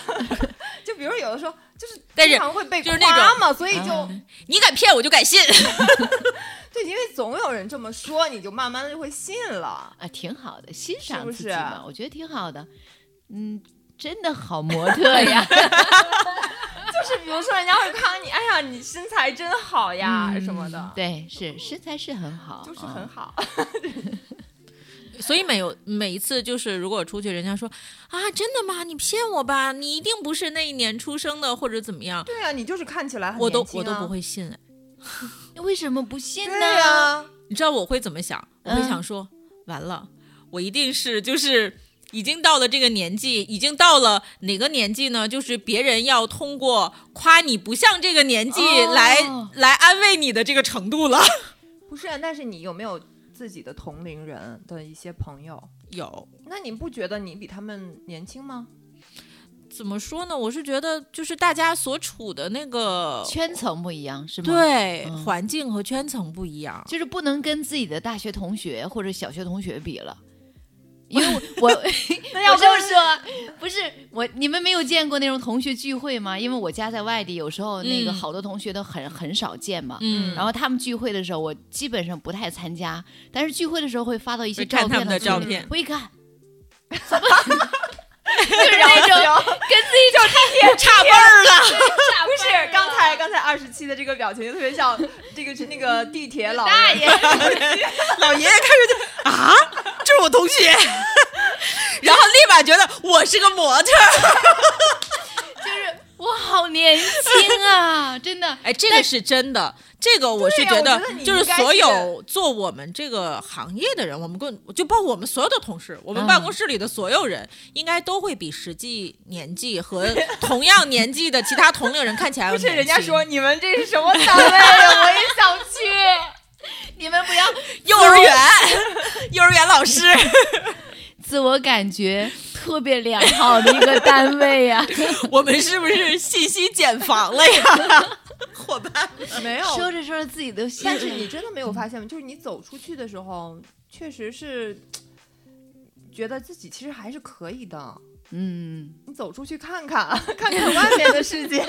就比如有的时候，就是但是经常会被就是那夸嘛，所以就嗯你敢骗我就敢信，对，因为总有人这么说，你就慢慢的就会信了。 啊，挺好的，欣赏不自己是嘛，我觉得挺好的。嗯，真的好模特哎呀，就是比如说，人家会夸你，哎呀，你身材真好嗯呀、什么的，嗯对，是身材是很好，就是哦很啊。好。 所以每有每一次就是如果出去，人家说啊，真的吗？你骗我吧，你一定不是那一年出生的或者怎么样，对啊，你就是看起来很我都年轻我都啊不。会信哎。那为什么不信对啊呢？呀、你知道我会怎么想？我会嗯想说，完了，我一定是就是已经到了这个年纪，已经到了哪个年纪呢？就是别人要通过夸你不像这个年纪哦来、来安慰你的这个程度了。 不是啊，但是你有没有自己的同龄人的一些朋友？有那你不觉得你比他们年轻吗？怎么说呢？我是觉得就是大家所处的那个圈层不一样是吗？，对、嗯环境和圈层不一样。就是不能跟自己的大学同学或者小学同学比 了。因为我我 那要要这不么 说，不是我，你们没有见过那种同学聚会吗？因为我家在外地，有时候那个嗯好多同学都很很少见嘛。嗯，然后他们聚会的时候，我基本上不太参加，但是聚会的时候会发到一些会照看他片们的的照群里片， 我一看，怎么 就是那种种跟自己就 差辈儿了。不是刚才刚才二十七的这个表情就特别像这个是那个地铁 老大人爷，老爷爷看出去啊，这是我同学。 然后立马觉得我是个模特儿。就是我好年轻啊，真的。哎，这个是真的，这个我是对呀觉我得觉得你，就是应该所是有做我们这个行业的人，我们跟就包括我们所有的同事，我们嗯办公室里的所有人，应该都会比实际年纪和同样年纪的其他同龄人看起来不要是人家年轻说你们这是什 么单位啊呀？我也想去。你们不要幼儿园，幼儿园老师，自我感觉特别良好的一个单位啊 呀、我们是不是信息茧房了呀？伙伴，没说着说着自己都信但是你真的没有发现吗？就是你走出去的时候，确实是觉得自己其实还是可以的。 嗯，你走出去看看，看看外面的世 界。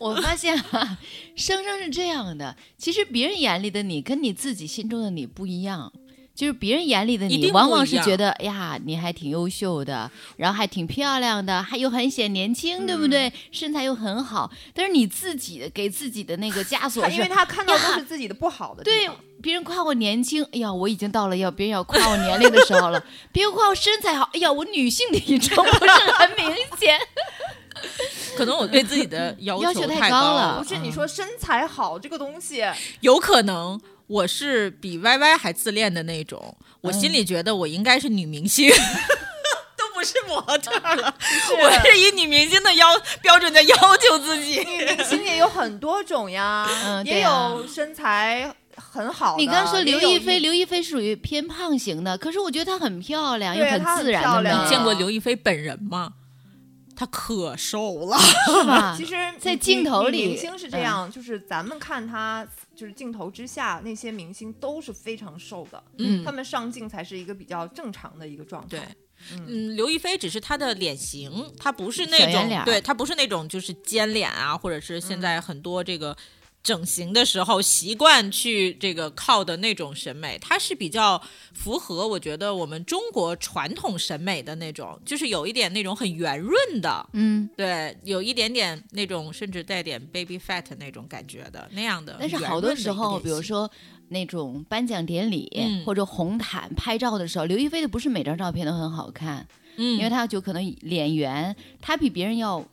我发现啊，生生是这样的。其实别人眼里的你跟你自己心中的你不一样。就是别人眼里的一你，定不往往一是样觉得，哎呀，你还挺优秀的，然后还挺漂亮的，还又很显年轻，对不嗯对？身材又很好。但是你自己给自己的那个枷锁他是，因为他看到都呀是自己的不好的地对方。，别人夸我年轻，哎呀，我已经到了要别人要夸我年龄的时候了。别人夸我身材好，哎呀，我女性体征不是很明显。可能我对自 己的要要求求太太高高了不是你说身材好这个东 西，有可能我是比 Y Y 还自恋的那种，嗯我心里觉得我应该是女明 星。都不是模特儿了，我啊是以女明星的要标准在要求自己。女明星也有很多种呀，嗯对也啊有身材很好的。你刚说刘也有亦菲，一刘亦菲属于偏胖型的，可是我觉得她很漂亮，又对她很很自然漂的亮美，你见过刘亦菲本人吗？她可瘦了，是 吧其？实在女镜头女里嗯明星是这样，就是咱们看她，就是镜头之下那些明星都是非常瘦的，嗯他们上镜才是一个比较正常的一个状态。对，嗯，刘亦菲只是她的脸型，她不是小那圆脸种儿，嗯对，她不是那种就是尖脸啊，或者是现在很多这个整形的时候习惯去这个靠的那种审美，她是比较符合我觉得我们中国传统审美的那种，就是有一点那种很圆润的，嗯，对，有一点点那种甚至带点 baby fat 那种感觉的那样的。但是好多时候，比如，说那种颁奖典礼、嗯或者红毯拍照的时候，刘亦菲的不是每张照片都很好看，嗯，因为她就可能脸圆，她比别人要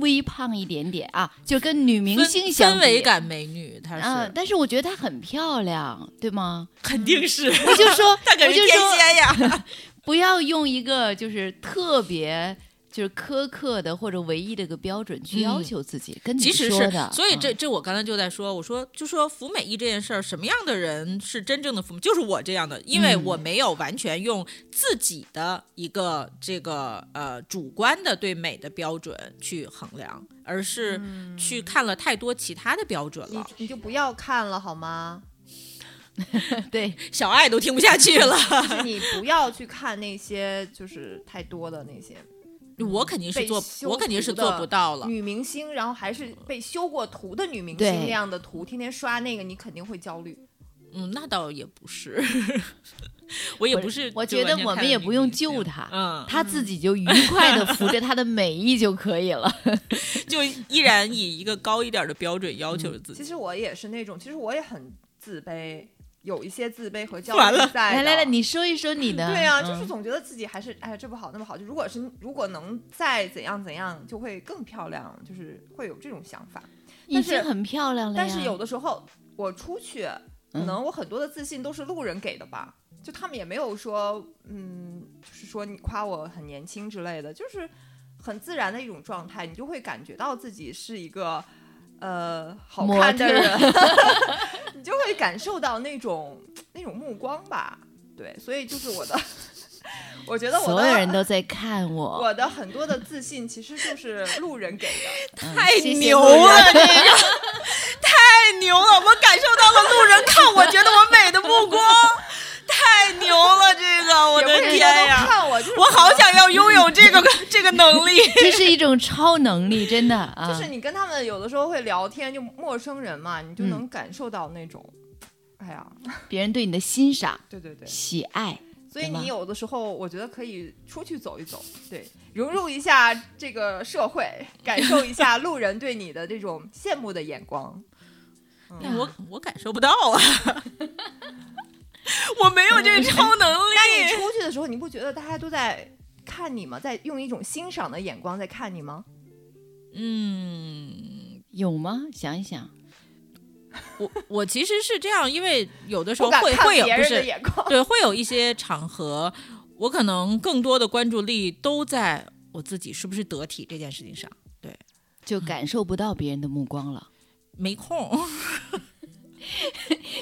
微胖一点点啊，就跟女明氛星相氛围比。感美女，她是、嗯，但是我觉得她很漂亮，对吗？肯定是，我就说， 她可我是就天说，蝎呀。 不要用一个就是特别就是苛刻的或者唯一的一个标准去要求嗯自己，跟你即使说是的，，所以这嗯这我刚才就在说，我说就说服美役这件事儿，什么样的人是真正的服美？就是我这样的，因为嗯我没有完全用自己的一个这个呃主观的对美的标准去衡量，而是嗯去看了太多其他的标准你了，你就不要看了好吗？对，嗯小爱都听不下去了。 就是你不要去看那些就是太多的那些我肯定是被做，修我肯定图是做的不到了。女明星，然后还是被修过图的女明对星那样的图，天天刷那个，你肯定会焦虑。嗯，那倒也不是， 我也不是就我完觉全看了女明星。得我们也不用救她。嗯，她自己就愉快的扶着她的美意就可以 了。就依然以一个高一点的标准要求自己。其实我也是那种，其实我也很自卑，有一些自卑和焦完虑了在的。来来来，你说一说你的。对啊，就嗯是总觉得自己还是哎呀这不好那不好，就如果是如果能再怎样怎样，就会更漂亮，就是会有这种想法。已但是经很漂亮了呀。但是有的时候我出去，可嗯能我很多的自信都是路人给的吧，就他们也没有说嗯，就是说你夸我很年轻之类的，就是很自然的一种状态，你就会感觉到自己是一个。呃，好模看特的 人，你就会感受到那种那种目光吧，对，所以就是我的， 我觉得我的所有人都在看我，我的很多的自信其实就是路人给的，太太牛了，这个 太牛了！我感受到了路人看我觉得我美的目光，太牛了！这个，我也的不是说天都哎呀！看我就是我好想要拥有这个这个能 力。 这是一种超能力，真的啊！就是你跟他们有的时候会聊天，就陌生人嘛，你就嗯能感受到那种，哎呀，别人对你的欣赏、对对对，喜爱，所以对吧你有的时候我觉得可以出去走一走，对，融入一下这个社会，感受一下路人对你的这种羡慕的眼光。我我感受不到啊。 我没有这个超能 那你力。出去的时候，你不觉得大家都在看你吗？在用一种欣赏的眼光在看你吗？嗯，有吗？想一想，我我其实是这样，因为有的时不候敢会看会啊有别不人的是眼光。 对，会有一些场合，我可能更多的关注力都在我自己是不是得体这件事情上，就感受不到别人的目光了，没空。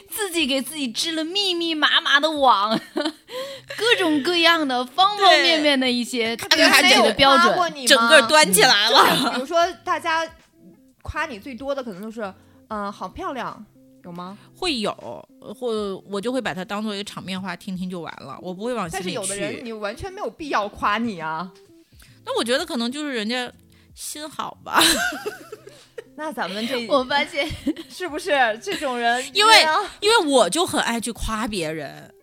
自己给自己织了密密麻麻的网， 各种各样的方方面面的一些别对人自没己有的标夸准过。 你吗嗯整个端起来了，比如说，大家夸你最多的可能就是，嗯、好漂亮，有吗？ 会有，或我就会把它当做一个场面话听听就完了，我不会往心但里是去。有的人你完全没有必要夸你啊。那我觉得可能就是人家心好吧， 那咱们这我发现是不是这种人？因为对啊因为我就很爱去夸别人，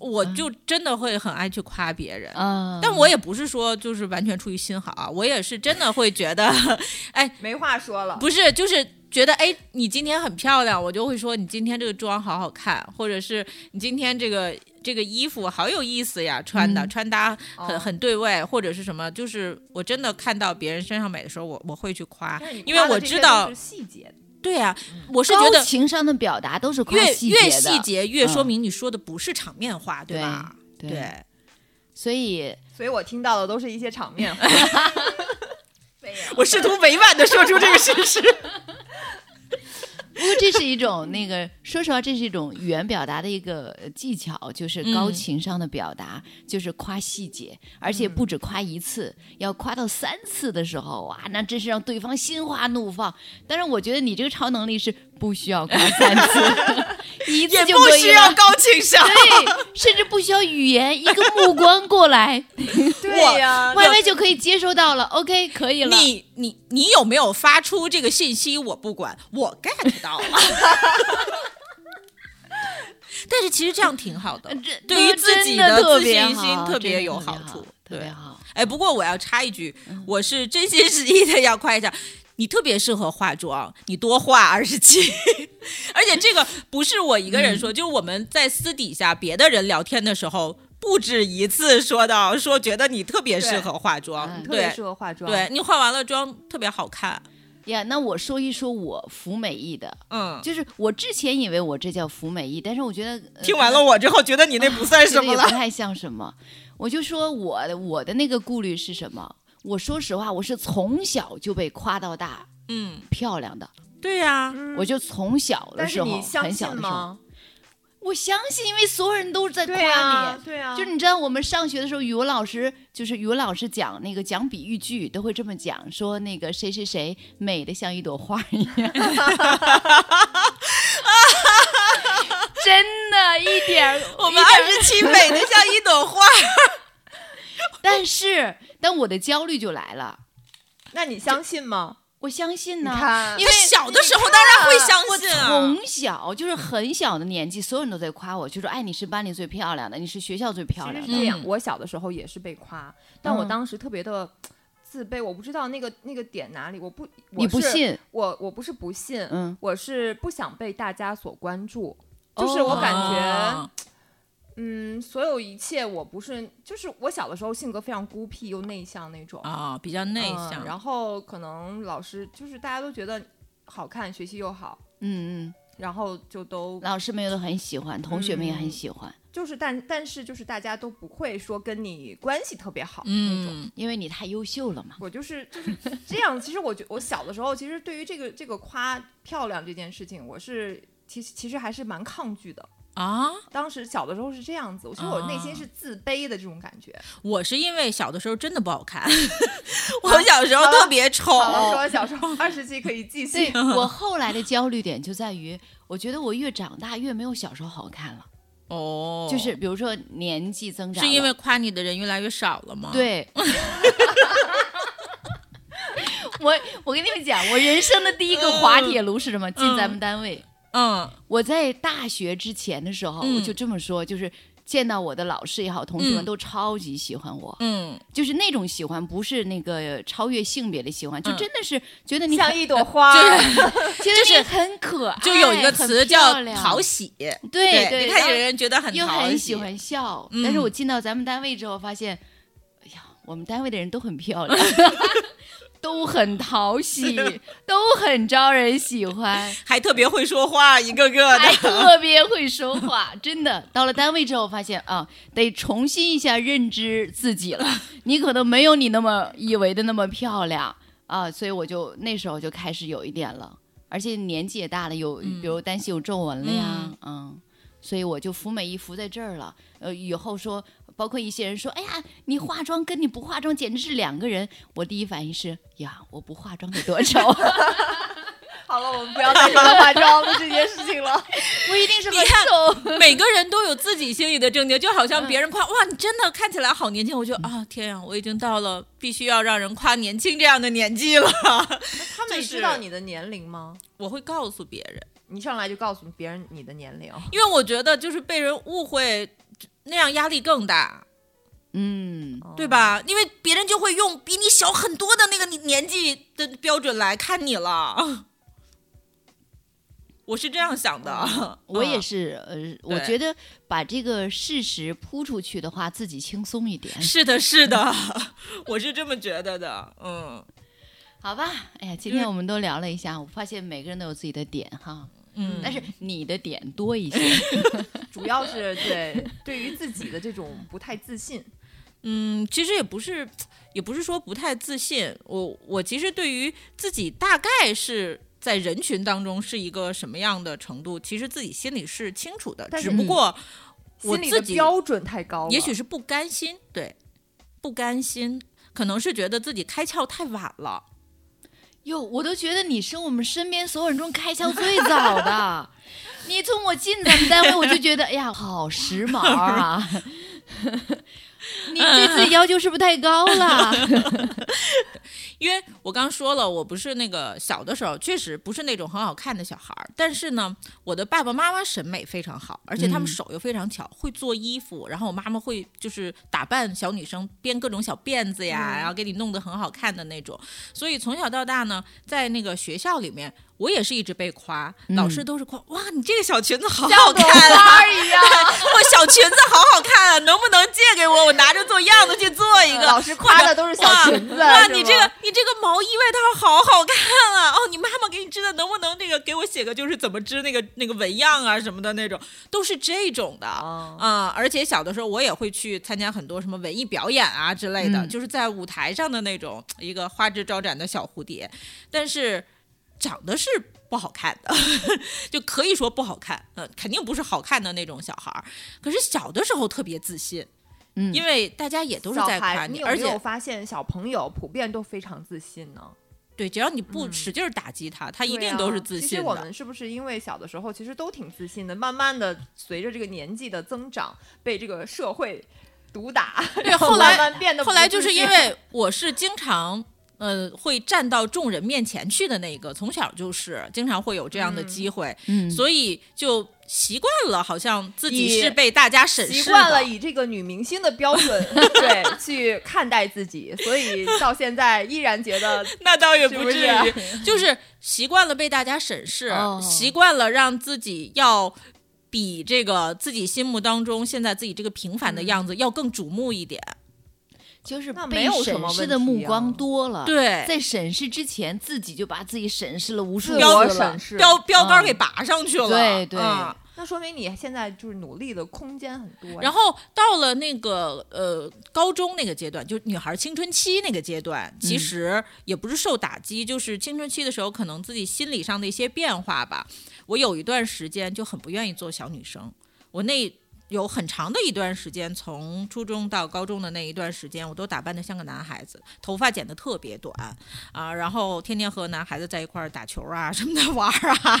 我就嗯真的会很爱去夸别人。啊，但我也不是说就是完全出于心好啊，我也是真的会觉得，没话说了。不是就是觉得哎，你今天很漂亮，我就会说你今天这个妆好好看，或者是你今天这个这个衣服好有意思呀，穿的、嗯穿搭哦很很对位，或者是什么，就是我真的看到别人身上美的时候，我我会去夸嗯但是你，因为夸的我这知些道都是，细节，对呀、我是觉高得情商的表达都是夸越细越节的细节越说嗯明你说的不是场面话，对吧？对，所以所以我听到的都是一些场面话。 我试图委婉的说出这个事 实。不过这是一种那个，说实话，这是一种语言表达的一个呃技巧，就是高嗯情商的表达，就是夸细节，而且嗯不止夸一次，要夸到三次的时候，哇，那真是让对方心花怒放。但是我觉得你这个超能力是不需要夸三次， 一次就不可以需要了。高情商，对，甚至不需要语言，一个目光过 来对呀、 ，Y Y 就可以接收到了。OK，可以了。你你你有没有发出这个信息？我不管， 我 get 到了。 但是其实这样挺好的呃，这对于呃自己真的自特别信心好特真别的有特别好处。特别对，好。哎，不过我要插一句，嗯我是真心实意的要夸一下，你特别适合化妆，你多化二十七。 而且这个不是我一个人嗯说，就是我们在私底下别的人聊天的时候，不止一次说到说觉得你特别适合化妆，嗯特别对适合化妆。对，你化完了妆特别好看，呀那我说一说我服美役的，啊嗯。就是我之前以为我这叫服美役，但是我觉得、 呃听完了我之后，觉得你那不算觉什得么也了不。太像什么。我就说我的我的那个顾虑是什么？我说实话，我是从小就被夸到大 嗯，漂亮的，对呀、我就从小的但时是候你相很信小的时候，吗？我相信，因为所有人都在夸对啊你。呀，对呀，就是你知道，我们上学的时候，语文老师就是语文老师讲那个讲比喻句，都会这么讲，说那个谁谁谁美的像一朵花一样， 真的，一点 儿我们二十七美的像一朵 花。但是，但我的焦虑就来了，那你相信吗？我相信你呢，看因，为小的时候当然会相信啊，从小就是很小的年纪，所有人都在夸我，就说哎，你是班里最漂亮的，你是学校最漂其实亮是的。这样嗯。我小的时候也是被夸，但我嗯当时特别的自卑，我不知道那个那个点哪里，我不，我你不是？信？我我不是不信，嗯，我是不想被大家所关注，就是我感觉哦，嗯，所有一切我不是，就是我小的时候性格非常孤僻又内向那种，啊，比较内嗯向。然后可能老师就是大家都觉得好看，学习又好，嗯然后就都嗯，老师们也都很喜欢，同学们嗯也很喜欢，就是但但是就是大家都不会说跟你关系特别好那种。嗯，因为你太优秀了嘛。我就是就是这样。其实我觉我小的时候，其实对于这个这个夸漂亮这件事情，我是其实其实还是蛮抗拒的。啊，当时小的时候是这样子，我觉得我内心哦是自卑的这种感觉。我是因为小的时候真的不 好看，我小时候特别丑。啊好了，说完小时候二十期可以继对 续。我后来的焦虑点就在于，我觉得我越长大越没有小时候好看了。哦就是比如说年纪增长是了，因为夸你的人越来越少了吗？，对。 我我跟你们讲，我人生的第一个滑铁卢是什么？进咱们单位，嗯我在大学之前的时候，嗯我就这么说，就是见到我的老师也好，同学们嗯都超级喜欢我，嗯，就是那种喜欢，不是那个超越性别的喜欢，就嗯真的是觉得你像很一朵花儿，觉得你很可爱，就有一个哎很词漂叫亮讨喜，对对，你然看后有人觉得很又讨很喜欢笑。嗯但是我进到咱们单位之后，发现，哎呀，我们单位的人都很漂 亮，都很讨喜，都很招人喜欢，还特别会说话，一个个还的。特别会说话。 真的，到了单位之后，发现啊，得重新一下认知自己 了。你可能没有你那么以为的那么漂亮啊，所以我就那时候就开始有一点了。而且年纪也大了，有比如担心有皱纹了呀，嗯所以我就服美役服在这儿了。呃，以后说，包括一些人说，哎呀，你化妆跟你不化妆简直是两个人。我第一反应是，呀，我不化妆得多丑，啊好了，我们不要再说化妆的这件事情 了。 我一定 是很你看丑。 每个人都有自己心里的正经，就好像别人夸哇，你真的看起来好年轻，我就啊天呀，我已经到了必须要让人夸年轻这样的年纪了。他们就是知道你的年龄吗？ 我会告诉别人，你上来就告诉别人你的年龄，因为我觉得就是被人误会那样压力更大，嗯，对吧？因为别人就会用比你小很多的那个年纪的标准来看你了。 我是这样想的，我也嗯是，呃，我对觉得把这个事实铺出去的话，自己轻松一点，是的，是的， 我是这么觉得的，嗯好吧？哎呀，今就是天我们都聊了一下，我发现每个人都有自己的点哈，嗯。但是你的点多一些， 嗯主要是对对于自己的这种不太自信，嗯，其实也不是，也不是说不太自信。我我其实对于自己大概是在人群当中是一个什么样的程度，其实自己心里是清楚的，但只是不你过我心里的自己标准太高了，也许是不甘心，对，不甘心，可能是觉得自己开窍太晚了。哟，我都觉得你是我们身边所有人中开窍最早的。你从我进咱们单位，我就觉得，哎呀，好时髦 啊！你对自己要求是不是太高 了？因为我刚说了，我不是那个小的时候确实不是那种很好看的小孩儿，但是呢，我的爸爸妈妈审美非常好，而且他们嗯手又非常巧，会做衣服，然后我妈妈会就是打扮小女生，编各种小辫子呀，然后给你弄得很好看的那种。所以从小到大呢，在那个学校里面，我也是一直被夸，老师都是夸哇，你这个小裙子好好看啊，花儿一样。 我小裙子好好看啊，能不能借给我？我拿着做样子去做一 个。老师夸的都是小裙子，啊哇，是你吗这个你这个毛衣外套好好看啊！哦，你妈妈给你织的，能不能那个给我写个就是怎么织那个那个纹样啊什么的那种，都是这种的哦嗯而且小的时候我也会去参加很多什么文艺表演啊之类嗯的，就是在舞台上的那种一个花枝招展的小蝴蝶，但是长得是不好看的， 就可以说不好看，嗯、肯定不是好看的那种小孩儿。可是小的时候特别自信。嗯因为大家也都是小在夸孩，你你，有而没且有发现小朋友普遍都非常自信呢？对，只要你不使劲儿打击他，他一嗯对定啊都是自其实信我的。们是不是因为小的时候其实都挺自信的，慢慢的随着这个年纪的增长，被这个社会毒 打，然后来慢慢变得不后来就是自信 因为我是经常。呃，会站到众人面前去的那一个，从小就是经常会有这样的机会，嗯所以就习惯了，好像自己以是被大家审视的。习惯了以这个女明星的标 准对去看待自己，所以到现在依然觉得那倒也是不不至是啊于，就是习惯了被大家审视，哦习惯了让自己要比这个自己心目当中现在自己这个平凡的嗯样子要更瞩目一点。就是那没被有什审么视问的目题啊光多了。对在审视之前，自己就把自己审视了无数自次我了审视。标标杆儿给嗯拔上去了，对对嗯那说明你现在就是努力的空间很多呀。然后到了那个呃高中那个阶段，就女孩青春期那个阶段，其实也不是受打击，就是青春期的时候，可能自己心理上的一些变化吧。我有一段时间就很不愿意做小女生，我那。有很长的一段时间，从初中到高中的那一段时间，我都打扮得像个男孩子，头发剪得特别短啊，然后天天和男孩子在一块儿打球啊什么的玩儿啊，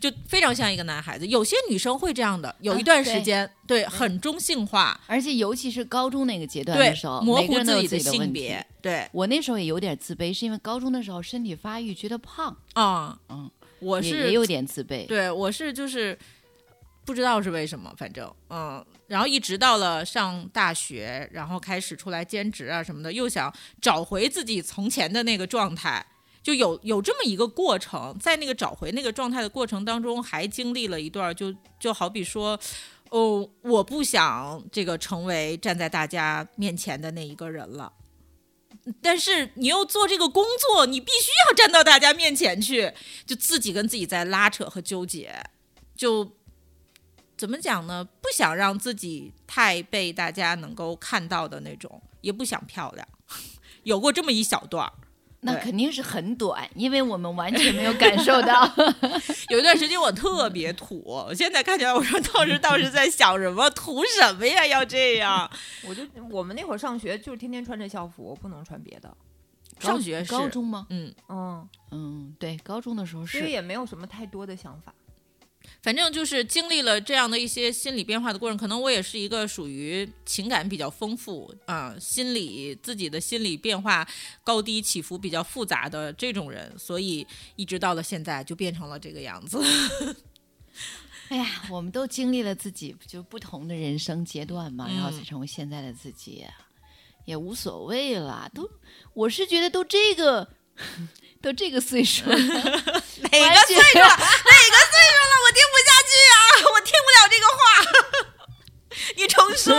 就非常像一个男孩子。有些女生会这样的，有一段时间，对很中性化，而且尤其是高中那个阶段对的时候，模每个糊人都有己的己的性问别题。，对我那时候也有点自卑，是因为高中的时候身体发育觉得胖，啊，嗯，我也是也有点自卑。对我是就是。不知道是为什么，反正嗯，然后一直到了上大学，然后开始出来兼职啊什么的，又想找回自己从前的那个状态，就有有这么一个过程，在那个找回那个状态的过程当中，还经历了一段就，就好比说。哦，我不想这个成为站在大家面前的那一个人了，但是你又做这个工作，你必须要站到大家面前去，就自己跟自己在拉扯和纠结，就怎么讲呢？不想让自己太被大家能够看到的那种，也不想漂亮， 有过这么一小段儿。那对肯定是很短，因为我们完全没有感受到。有一段时间我特别土， 我现在看起来，我说当时当时在想什么，土什么呀？要这样我就我们那会儿上学就是天天穿着校服，不能穿别的。 上学是高中吗？嗯，嗯，嗯，对，高中的时候所以是。也没有什么太多的想法。反正就是经历了这样的一些心理变化的过程，可能我也是一个属于情感比较丰富啊、心理自己的心理变化高低起伏比较复杂的这种人，所以一直到了现在就变成了这个样子。 哎呀，我们都经历了自己就不同的人生阶段嘛，然后嗯才成为现在的自己，也无所谓了。都，我是觉得都这个， 都这个岁数了， 哪个岁数了？哪个岁数了？我听不下去啊！我听不了这个话。你重说，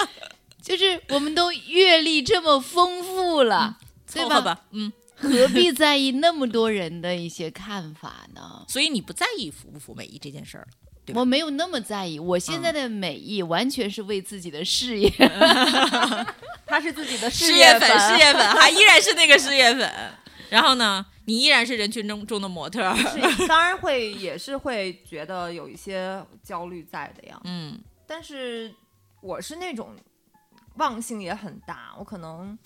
就是我们都阅历这么丰富了，对凑合吧？吧。嗯，何必在意那么多人的一些看法呢？所以你不在意服不服美仪这件事儿了。对嗯吧我没有那么在意，我现在的美意完全是为自己的事业。他是自己的事业业粉，事业粉，还依然是那个事业粉。然后呢，你依然是人群中中的模特儿。是当然会也是会觉得有一些焦虑在的呀。嗯，但是我是那种忘性也很大，我可能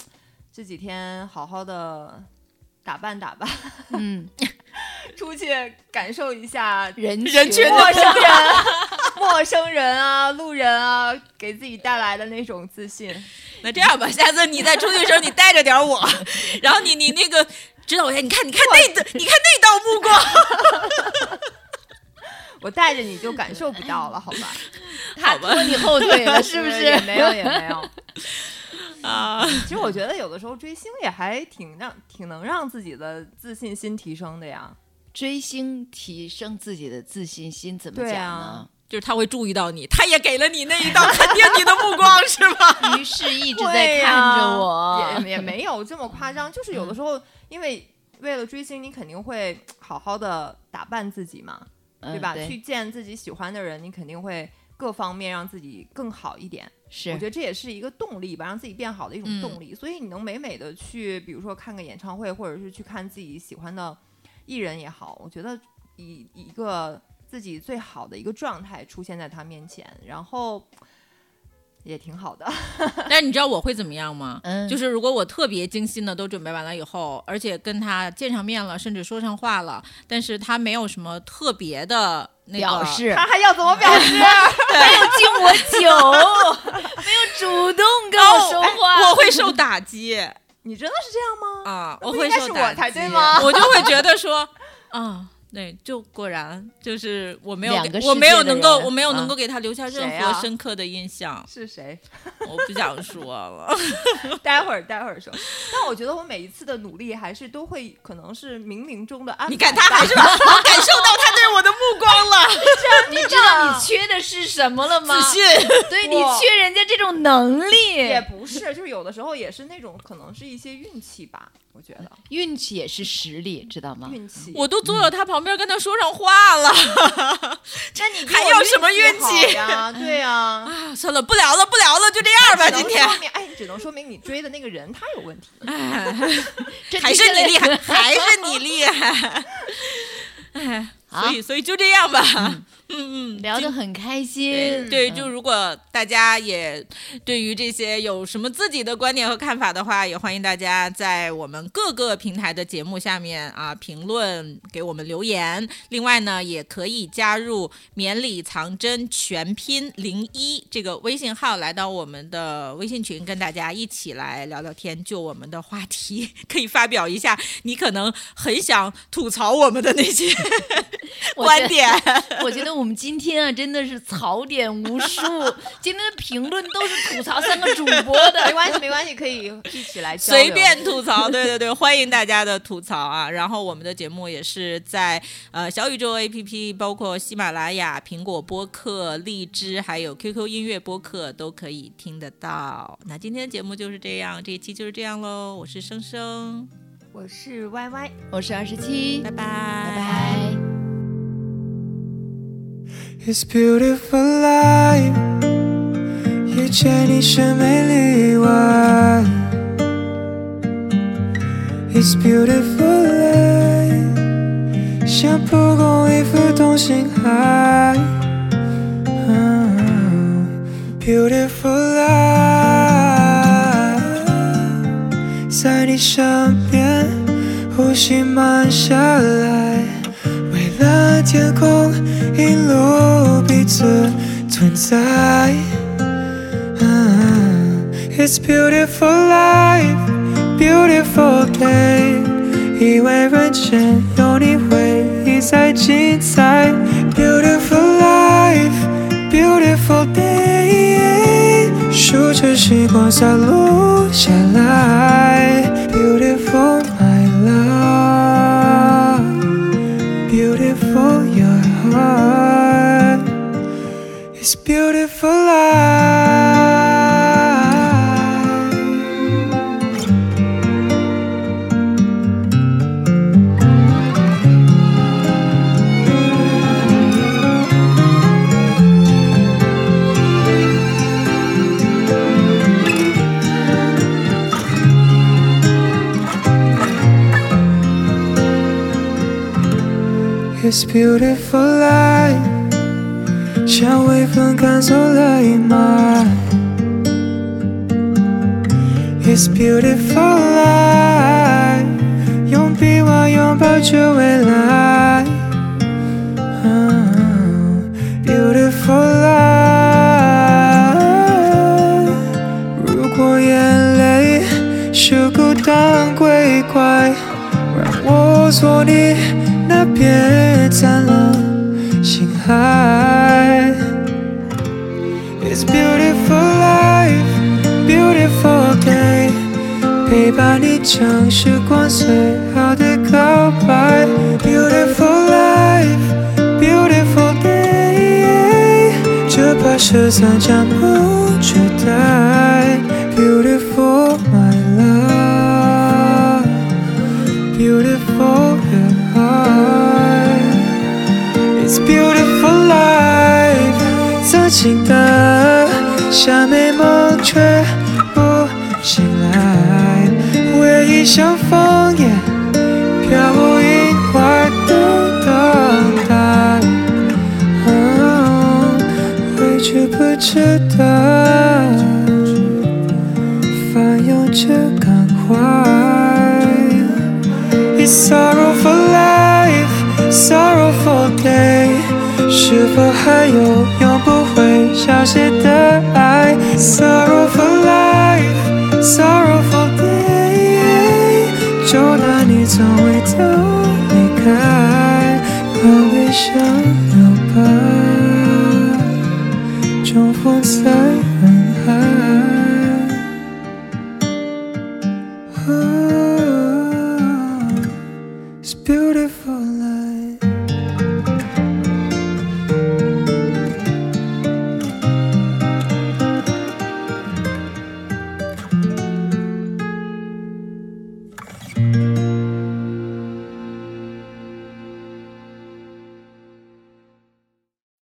这几天好好的打扮打扮，嗯，出去感受一下 人人群陌生人、陌生人啊、路人啊，给自己带来的那种自信。那这样吧，下次你再出去的时候，你带着点儿 我，然后你你那个指导一下，你看你看那的，你看那道目 光，我带着你就感受不到了，好 吧？呃他拖你 后腿了，是不也是？没有，也没 有。啊，其实我觉得有的时候追星也还挺让、挺能让自己的自信心提升的呀。追星提升自己的自信心，怎么对讲啊呢？就是他会注意到你，他也给了你那 一道肯定你的目光，是吧？于是一直 对啊在呀看着我，也也没有这么夸 张，就是有的时候因为为了追星，你肯定会好好的打扮自己嘛，嗯对吧？对去见自己喜欢的人，你肯定会各方面让自己更好一点。我是觉得这也是嗯一个动力吧，让自己变好的一种动力。所以你能美美的去，比如说看个演唱会，或者是去看自己喜欢的艺人也好，我觉得以以一个自己最好的一个状态出现在他面前，然后也挺好 的。但是你知道我会怎么样吗？嗯就是如果我特别精心的都准备完了以后，而且跟他见上面了，甚至说上话了，但是他没有什么特别的那个表示他还要怎么表 示？ 没有敬我酒，没有主动跟我说 话，哦哎我会受打击你真的是这样吗？啊，那我不会应该受是打我才击对吗我就会觉 得说，啊，对，就果然就是我没有两给个世界我没的有能够人我没有能啊够给他留下谁任啊何深刻的印象， 是谁？我不想 说了。待会儿待会儿说。 但我觉得我每一次的努力还是都会，可能是冥冥中的安排。你看他还是我感受到他对我的目光 了，你知道你缺的是什么了吗自？信。对你我缺人家这种能也力，不是，就是有的时候也是那种，可能是一些运气吧。我觉得运气也是实力，知道吗？运气。我都坐到他旁边跟他说上话了，那你还有什么运气 呀？对呀、啊，啊算了，不聊了，不聊了，就这样吧，今天。说明哎，只能说明你追的那个人他有问题。这哎还是你厉害， 还是你厉害。 哎，所以所以就这样吧。嗯嗯，聊得很开对心，对，就如果大家也对于这些有什么自己的观点和看法的话，也欢迎大家在我们各个平台的节目下面啊评论给我们留言。另外呢，也可以加入“绵里藏针全拼零一”这个微信号，来到我们的微信群，跟大家一起来聊聊天，就我们的话 题，可以发表一下你可能很想吐槽我们的那些我觉观得点。 我觉得我们今天啊，真的是槽点无数，今天的评论都是吐槽三个主播 没的。关系，没关系，可以一起来交流随便 吐槽，对对对，欢迎大家的吐槽啊！然后我们的节目也是在呃小宇宙 APP，包括喜马拉雅、苹果播客、荔枝，还有 QQ 音乐播客都可以听得到。那今天的节目就是这样，这一期就是这样喽。我是生生，我是 Y Y。我是二十七，拜拜，拜拜拜。 It's beautiful life，遇见你是没例外。It's beautiful life，像蒲公英浮动星海。嗯 Uh-huh. Beautiful life，在你身边，呼吸慢下来。为了天空，一路彼此存在。嗯 It's beautiful life, beautiful day。以为人生有你会一再精彩。Beautiful life, beautiful day。数着时光洒落下来。Beautiful my love。beautiful your heart It's beautiful life It's beautiful life 像微风赶走了阴霾 It's beautiful life 用臂弯拥抱着未来嗯 Ah, Beautiful life 如果眼泪是孤单归怪让我做你那片灿烂星海。It's beautiful life, beautiful day，陪伴你将时光最好的告白。Beautiful life, beautiful day，这把十三将不取代。Beautiful my love。beautiful your heart. It's beautiful life，曾经的像美梦却不醒来，回忆像枫叶飘无一块的等待，哦挥之不去的翻涌着感怀。It's sorrowful life, sorrowful day。是否还有永不会消失的爱？Sorrowful life, sorrowful day。就当你从未走离开，让悲伤留